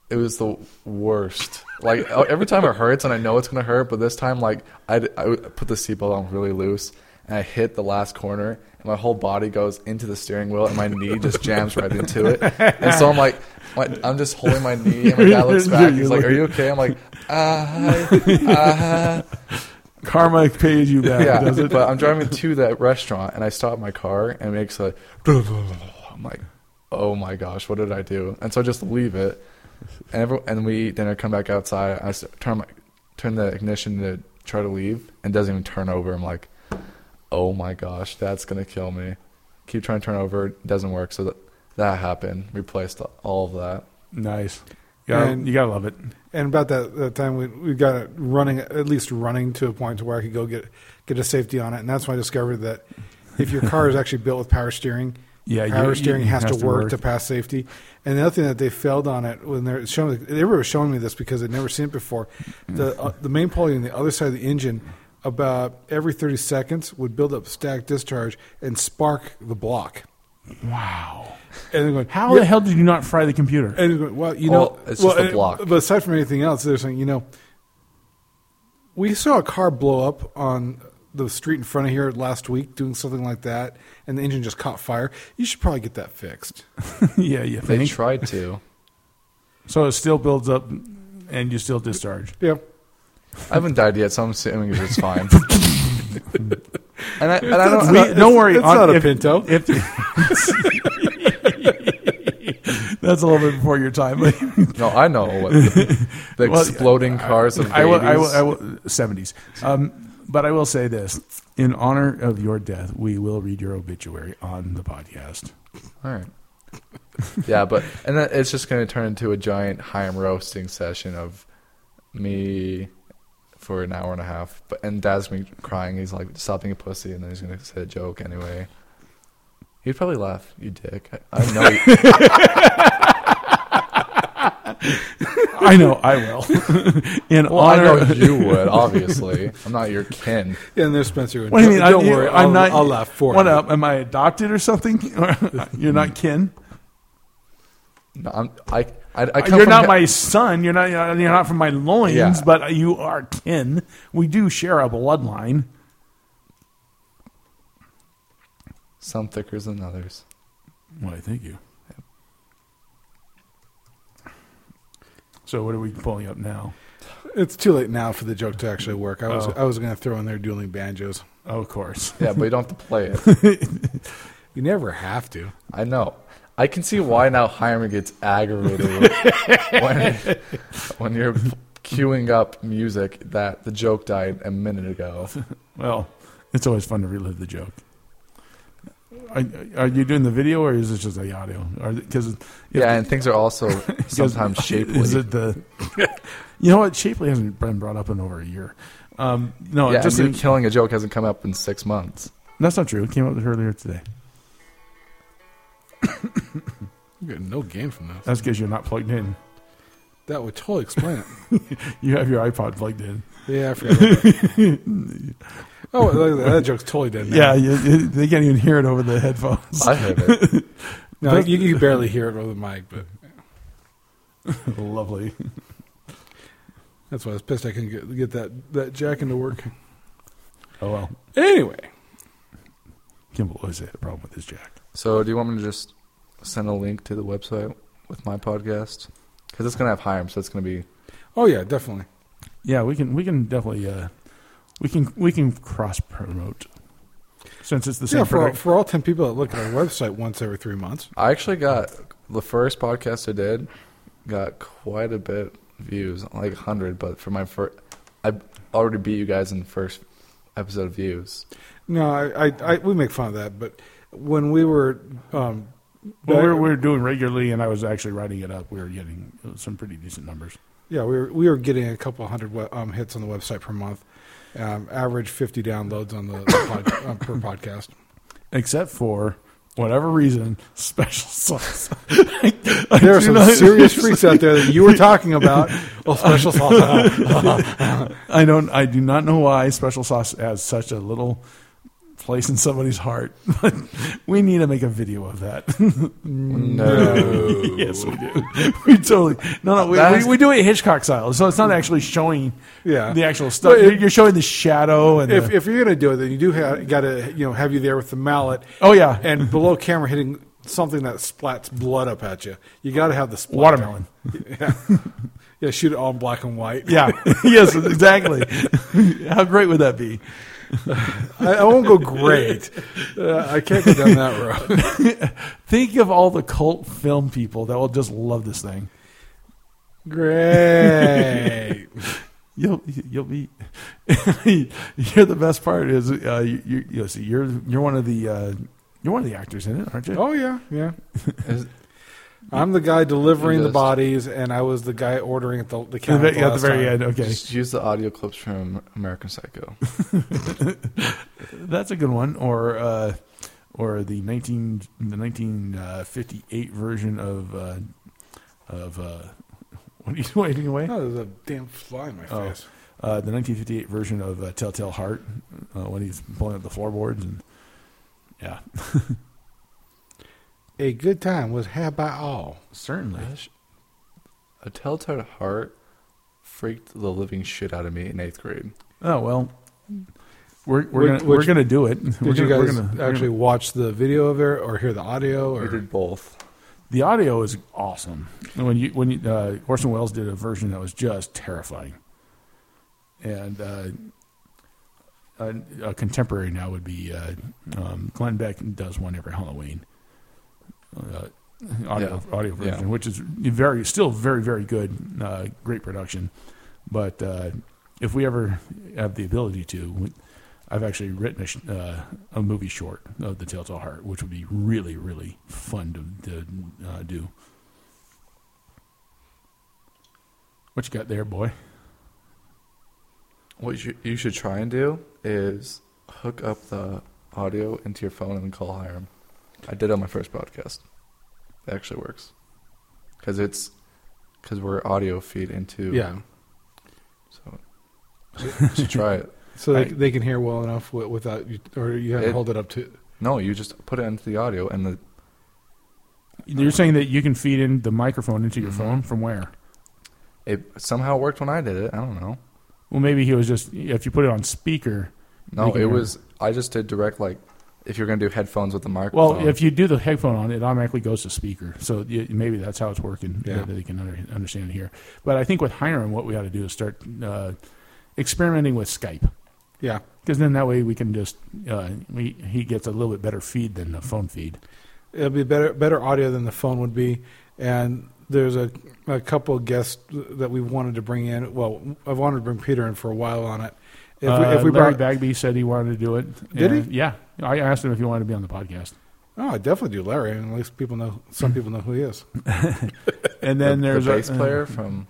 it was the worst. Like oh, every time it hurts, and I know it's gonna hurt, but this time, like I, I would put the seatbelt on really loose, and I hit the last corner, and my whole body goes into the steering wheel, and my knee just jams right into it. And so I'm like, my, I'm just holding my knee, and my dad looks back. He's like, "Are you okay?" I'm like, "Ah." Uh, Karma pays you back, yeah, does it? but I'm driving to that restaurant and I stop my car and it makes a. I'm like, oh my gosh, what did I do? And so I just leave it, and every, and we eat dinner, come back outside. I s- turn my, turn the ignition to try to leave, and doesn't even turn over. I'm like, oh my gosh, that's gonna kill me. Keep trying to turn over, it doesn't work. So that that happened. Replaced all of that. nice. You gotta, And- you gotta love it. And about that, that time, we, we got it running, at least running to a point to where I could go get get a safety on it. And that's when I discovered that if your car is actually built with power steering, Yeah, you- power you- steering it has, to, work, to pass safety. And the other thing that they failed on it when they're showing, everyone was showing me this because I'd never seen it before. The uh, the main pulley on the other side of the engine, about every thirty seconds, would build up static discharge and spark the block. Wow. And they're going, How "You're- the hell did you not fry the computer? and it's like, well, you Well, know, it's just well, a block. But aside from anything else, they're saying, you know, we saw a car blow up on the street in front of here last week doing something like that, and the engine just caught fire. You should probably get that fixed. yeah, you They think? tried to. so it still builds up, and you still discharge. Yeah. I haven't died yet, so I'm assuming it's fine. and I, and I don't. We- not- it's- don't worry. it's on- not a if- Pinto. if- that's a little bit before your time. but- No, I know what the, the Well, exploding cars of the I will, I will, 80s. I will, 70s. Um, but I will say this in honor of your death, we will read your obituary on the podcast. All right. Yeah, but and then it's just going to turn into a giant Haim roasting session of me for an hour and a half. But and Dad's me crying. He's like, "Stop being a pussy," and then he's going to say a joke anyway. He'd probably laugh. You dick. I, I know. You, I know I will. in well, I honor know you would. Obviously, I'm not your kin. Yeah, and there's Spencer. Going, What do you mean? Don't, I, worry. I'm I'll, not. I'll laugh for What you. up? Am I adopted or something? You're not kin. No, I'm, I, I, I come Uh, You're from not he- my son. You're not. You're not from my loins, Yeah. but you are kin. We do share a bloodline. some thicker than others. Why, thank you. So, what are we pulling up now? It's too late now for the joke to actually work. I was Oh. I was going to throw in there dueling banjos. Oh, of course. Yeah, but you don't have to play it. You never have to. I know. I can see why now Heimer gets aggravated when, when you're queuing up music that the joke died a minute ago. Well, it's always fun to relive the joke. Are, are you doing the video or is this just the audio? Because Yeah, and things are also sometimes shapely. Is it the? you know what? Shapely hasn't been brought up in over a year. Um, no, yeah, just just killing a joke hasn't come up in six months. that's not true. It came out earlier today. You get no gain from this. That's because you're not plugged in. That would totally explain it. You have your iPod plugged in. Yeah, I forgot. About that. oh, look at that. that joke's totally dead. Now. Yeah, you, you, they can't even hear it over the headphones. I heard it. no, you, you can barely hear it over the mic, but Lovely. that's why I was pissed I couldn't get, get that that jack into work. Oh well, Anyway, Kimball always had a problem with his jack. So, do you want me to just send a link to the website with my podcast? Because it's going to have Hiram, so it's going to be. oh yeah, definitely. Yeah, we can we can definitely uh, we can we can cross promote since it's the same yeah, for all, product. for all ten people that look at our website once every three months. I actually got the first podcast I did got quite a bit views, like hundred. But for my first, I already beat you guys in the first episode of views. No, I, I, I we make fun of that, but when we were, um, Well, back- we're, we're doing regularly, and I was actually writing it up. We were getting some pretty decent numbers. yeah, we were we were getting a couple hundred we- um, hits on the website per month, um, average fifty downloads on the, the pod, uh, per podcast. except for whatever reason, special sauce. There are some serious freaks out there that you were talking about. Well, special sauce. I don't. I do not know why special sauce has such a little place in somebody's heart, but we need to make a video of that. No, yes, we do. We totally. No, no. We, That's- we, we do it Hitchcock style, so it's not actually showing Yeah. the actual stuff. But it- You're, you're showing the shadow and If, the, if you're gonna do it, then you do ha- got to you know have you there with the mallet. oh yeah, and below camera hitting something that splats blood up at you. You got to have the splat watermelon. Yeah, shoot it all in black and white. Yeah. yes. Exactly. How great would that be? I, I won't go great. Uh, I can't go down that road. Think of all the cult film people that will just love this thing. Great. You'll you'll be you're the best part is uh, you, you you see, you're you're one of the uh, you're one of the actors in it, aren't you? oh yeah, yeah. Is- I'm the guy delivering the Just- bodies, and I was the guy ordering at the, the At counter. the, at the very end. Okay, just use the audio clips from American Psycho. that's a good one. Or uh, or the nineteen the nineteen uh, fifty eight version of uh, of uh, what are you waiting away? No, there's a damn fly in my Oh. face. Uh, the nineteen fifty eight version of uh, Telltale Heart uh, when he's pulling up the floorboards and yeah, A good time was had by all. certainly. A Telltale Heart freaked the living shit out of me in eighth grade. Oh well, we're we're Which- gonna, we're which- gonna do it. we're Did you gonna- we're guys gonna- we're actually gonna- watch the video of it or hear the audio? We Or did both. the audio is awesome. And When you when you, uh, Orson Welles did a version that was just terrifying, and uh, a, a contemporary now would be uh, um, Glenn Beck does one every Halloween. Uh, audio Yeah. audio version, Yeah. which is very still very very good, uh, great production. But uh, if we ever have the ability to, I've actually written a, sh- uh, a movie short of the Telltale Heart, which would be really really fun to, to uh, do. What you got there, boy? What you should, you should try and do is hook up the audio into your phone and call Hiram. I did on my first podcast. It actually works because it's because we're audio feed into yeah, So you should try it. so they, Right. they can hear well enough wi- without you, or you have to It- hold it up to. No, you just put it into the audio and the You're saying that you can feed in the microphone into your Mm-hmm. phone from where? it somehow worked when I did it. I don't know. Well, maybe he was just if you put it on speaker. No, You can it hear was I just did direct like if you're going to do headphones with the microphone. Well, if you do the headphone on, it automatically goes to speaker. So you, maybe that's how it's working Yeah. that they can under, understand it here. But I think with Hiram, what we ought to do is start uh, experimenting with Skype Yeah. because then that way we can just uh, we, he gets a little bit better feed than the phone feed. it'll be better better audio than the phone would be and there's a a couple of guests that we wanted to bring in well i've wanted to bring peter in for a while on it if we, Uh, if we Larry brought Bagby said he wanted to do it. Did he? And- Yeah, I asked him if he wanted to be on the podcast, oh i definitely do larry and at least people know some people know who he is and then the, there's the bass a, uh, player from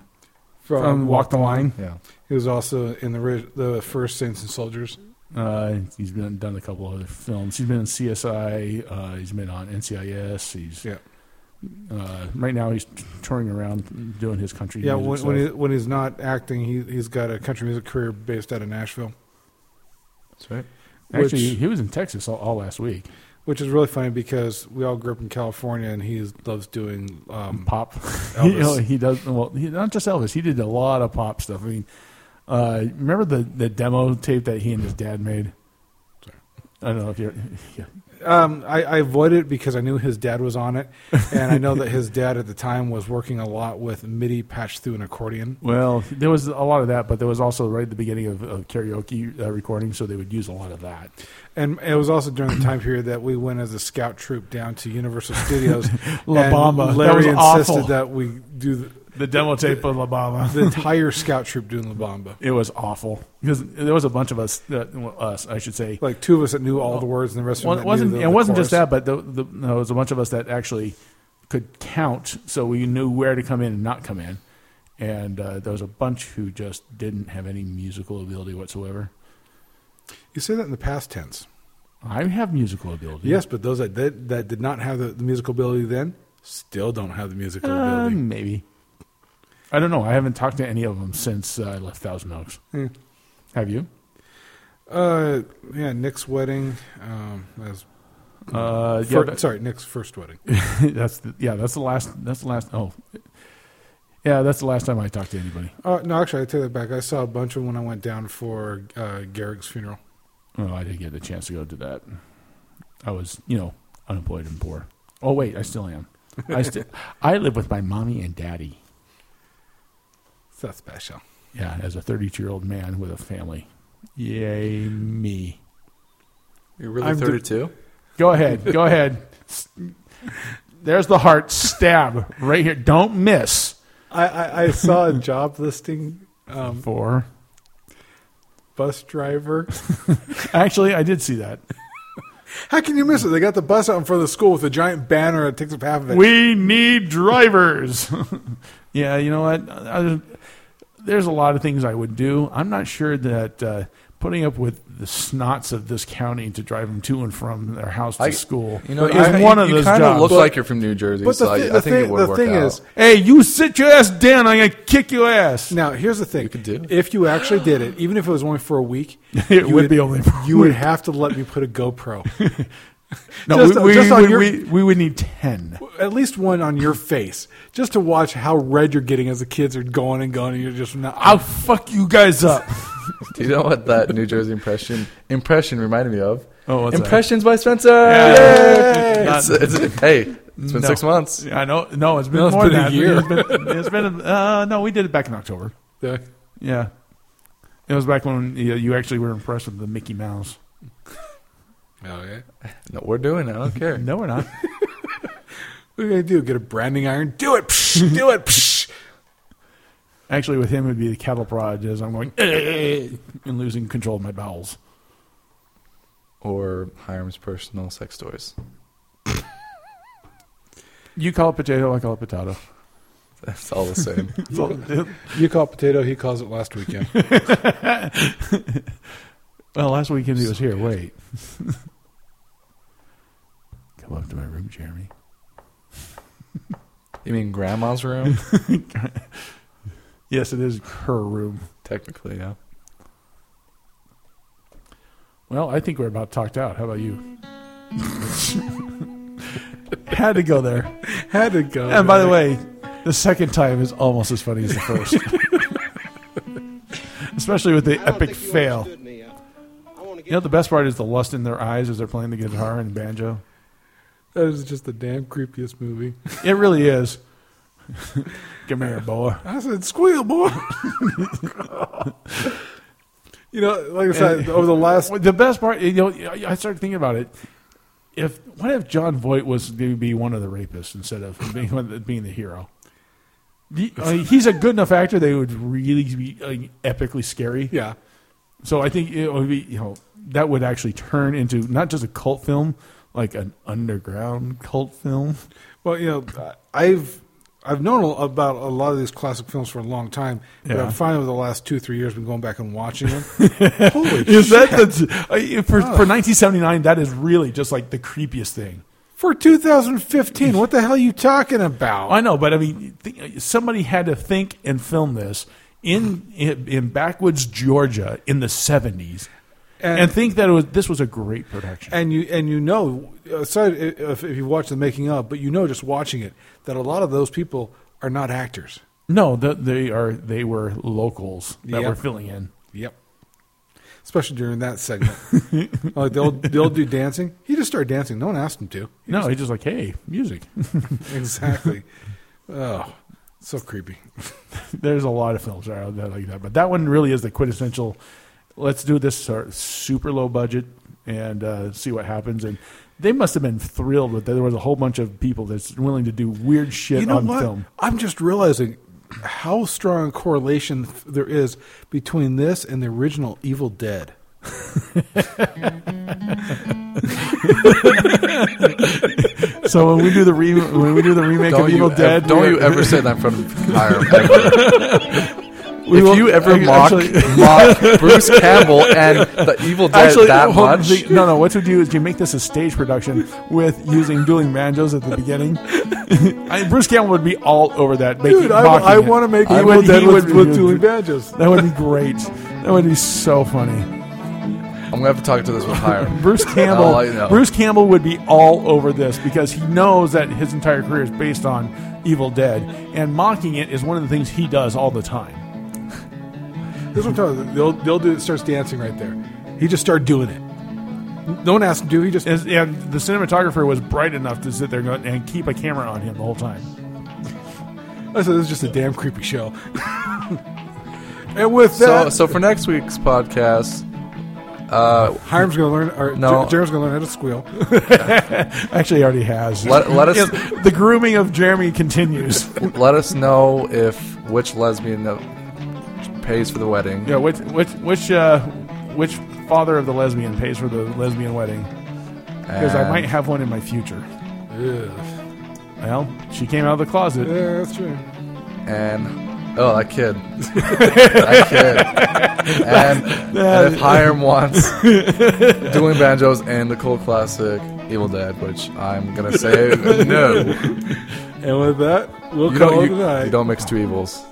from, from Walk the Line. yeah, he was also in the ri- the first saints and soldiers Uh, he's been done a couple other films. He's been in CSI. Uh, he's been on NCIS. He's Yeah. Uh, right now he's touring around doing his country. yeah when, music when, he, stuff. when he's not acting he, he's got a country music career based out of nashville that's right. actually which- he was in Texas all, all last week. which is really funny because we all grew up in california and he loves doing um, Pop. Elvis. You know, he does well. He, not just Elvis. He did a lot of pop stuff. I mean, uh, remember the the demo tape that he and his dad made. I don't know if you're. Yeah. Um, I, I avoided it because I knew his dad was on it, and I know that his dad at the time was working a lot with MIDI patched through an accordion. Well, there was a lot of that, but there was also right at the beginning of, of karaoke uh, recording, so they would use a lot of that. And it was also during the time period that we went as a scout troop down to Universal Studios. La and Bamba. That Larry was insisted awful. that we do the, The demo tape of La Bamba. the entire scout troop doing La Bamba. It was awful because there was a bunch of us, uh, well, us, I should say. Like two of us that knew all the words, and the rest of them Well, it that wasn't. knew the, it the wasn't just chorus. that, but the, the, no, there was a bunch of us that actually could count, so we knew where to come in and not come in. And uh, there was a bunch who just didn't have any musical ability whatsoever. You say that in the past tense. I have musical ability. Yes, but those that did, that did not have the, the musical ability then still don't have the musical Uh, ability. maybe. I don't know. I haven't talked to any of them since uh, I left Thousand Oaks. Hmm. Have you? Uh, yeah, Nick's wedding. Um, that was Uh, yeah, Fir- that- sorry, Nick's first wedding. that's the, yeah. That's the last. That's the last. Oh, yeah. That's the last time I talked to anybody. Uh, no, actually, I take that back. I saw a bunch of them when I went down for uh, Garrick's funeral. Oh, I didn't get the chance to go to that. I was, you know, unemployed and poor. Oh wait, I still am. I still I live with my mommy and daddy. It's not special. Yeah, as a 32 year old man with a family. Yay me. You're really I'm d- 32. Go ahead. Go ahead. S- There's the heart stab right here. Don't miss. I, I, I saw a job listing um, Four. bus driver. Actually, I did see that. How can you miss it? They got the bus out in front of the school with a giant banner that takes up half of it. We need drivers. yeah, you know what? I- I- there's a lot of things I would do. I'm not sure that uh, putting up with the snots of this county to drive them to and from their house to I- school You know, is I- one you, of you those kinda jobs. look like you're from New Jersey, but the so I- thi- I, the think thing- it would the work thing out. is- hey, you sit your ass down. I'm gonna kick your ass. Now, here's the thing. could do it. If you actually did it, even if it was only for a week, It you would be only for a You would have to let me put a GoPro, No, just- we, just we, on we, your- we, we would need ten. at least one on your face, just to watch how red you're getting as the kids are going and going, and you're just not. "Ah, I'll fuck you guys up. Do you know what that New Jersey impression impression reminded me of? Oh, what's that? impressions by Spencer. Yeah. Yay! Not- It's, it's- hey, it's been No. six months. I know. No, it's been No, it's more been than a that. year. It's been, it's been uh, no, we did it back in October. Yeah. Yeah. It was back when you, you actually were impressed with the Mickey Mouse. Oh yeah. No, we're doing it. I don't care. No, we're not. What are you gonna do? Get a branding iron? Do it! Psh, do it! Psh. actually, with him, it would be the cattle prod as I'm going "Eh," and losing control of my bowels. Or Hiram's personal sex toys. You call it potato, I call it potato. That's all the same. You call it potato. He calls it last weekend. well, last weekend he was here. Wait. Come up to my room, Jeremy. you mean grandma's room? Yes, it is her room. Technically, yeah. Well, I think we're about talked out. How about you? Had to go there. Had to go. And by the way, the second time is almost as funny as the first. Especially with the I don't epic think you fail. understood me. I, I want to You know, the best part is the lust in their eyes as they're playing the guitar and banjo. That is just the damn creepiest movie. It really is. Come here, boy. I said, squeal, boy. Oh you know, like I said, over the last. Well, The best part, you know, I I started thinking about it. If what if John Voight was to be one of the rapists instead of being one of the- being the hero? The- I mean, he's a good enough actor; they would really be like, epically scary. Yeah. So I think it would be you know that would actually turn into not just a cult film, like an underground cult film. Well, you know, I've I've known about a lot of these classic films for a long time, but Yeah. I've finally over the last two three years been going back and watching them. Holy shit! Is that the I- for for 1979? That is really just like the creepiest thing. For 2015, what the hell are you talking about? I know, but I mean, th- somebody had to think and film this in in, in backwoods Georgia in the seventies, and, And- think that it was this was a great production. and you and you know, aside if, if you watch the making of, but you know, just watching it, that a lot of those people are not actors. no, the, they are they were locals that Yep. were filling in. Yep. Especially during that segment, like the old the old dude dancing, he just started dancing. No one asked him to. No, it's just like hey, music. Exactly. oh, so creepy. There's a lot of films that are out there like that, but that one really is the quintessential. Let's do this sort of super low budget and uh, see what happens. And they must have been thrilled with that. There was a whole bunch of people that's willing to do weird shit you know on what? film. I'm just realizing how strong a correlation f- there is between this and the original Evil Dead. So when we do the re- when we do the remake Don't of Evil you, Dead, ev- don't we- you ever say that from higher. Ever. we if will- you ever ac- mock, actually- mock Bruce Campbell and the Evil Dead actually, that hold on, much, the- no, no. What you do is you make this a stage production with using dueling banjos at the beginning. I, Bruce Campbell would be all over that. Making, Dude, I- mocking I it. wanna make He Evil would- Dead he with- would- with dueling banjos. That would be great. That would be so funny. I'm gonna have to talk to this with higher. Bruce Oh, I Campbell. know. Bruce Campbell would be all over this because he knows that his entire career is based on Evil Dead, and mocking it is one of the things he does all the time. This one, tells the old, the old dude starts dancing right there. He just started doing it. No one asked him to. He just Is- and the cinematographer was bright enough to sit there and, go, and keep a camera on him the whole time. I said, "This is just a damn creepy show." and with So, that, so for next week's podcast, uh, Hiram's going to learn. Or No. no, Jerem's going to learn how to squeal. Actually, he already has. let, let us the grooming of Jeremy continues. let us know if which lesbian uh, pays for the wedding. yeah, which which which uh, which father of the lesbian pays for the lesbian wedding? Because I And- might have one in my future. yeah, Well, she came out of the closet. that's true. and oh that kid, that kid, and, and if Hiram wants doing banjos and the cool classic Evil Dead, which I'm gonna say no, And with that, we'll you call don't it a you, night. you don't mix two evils.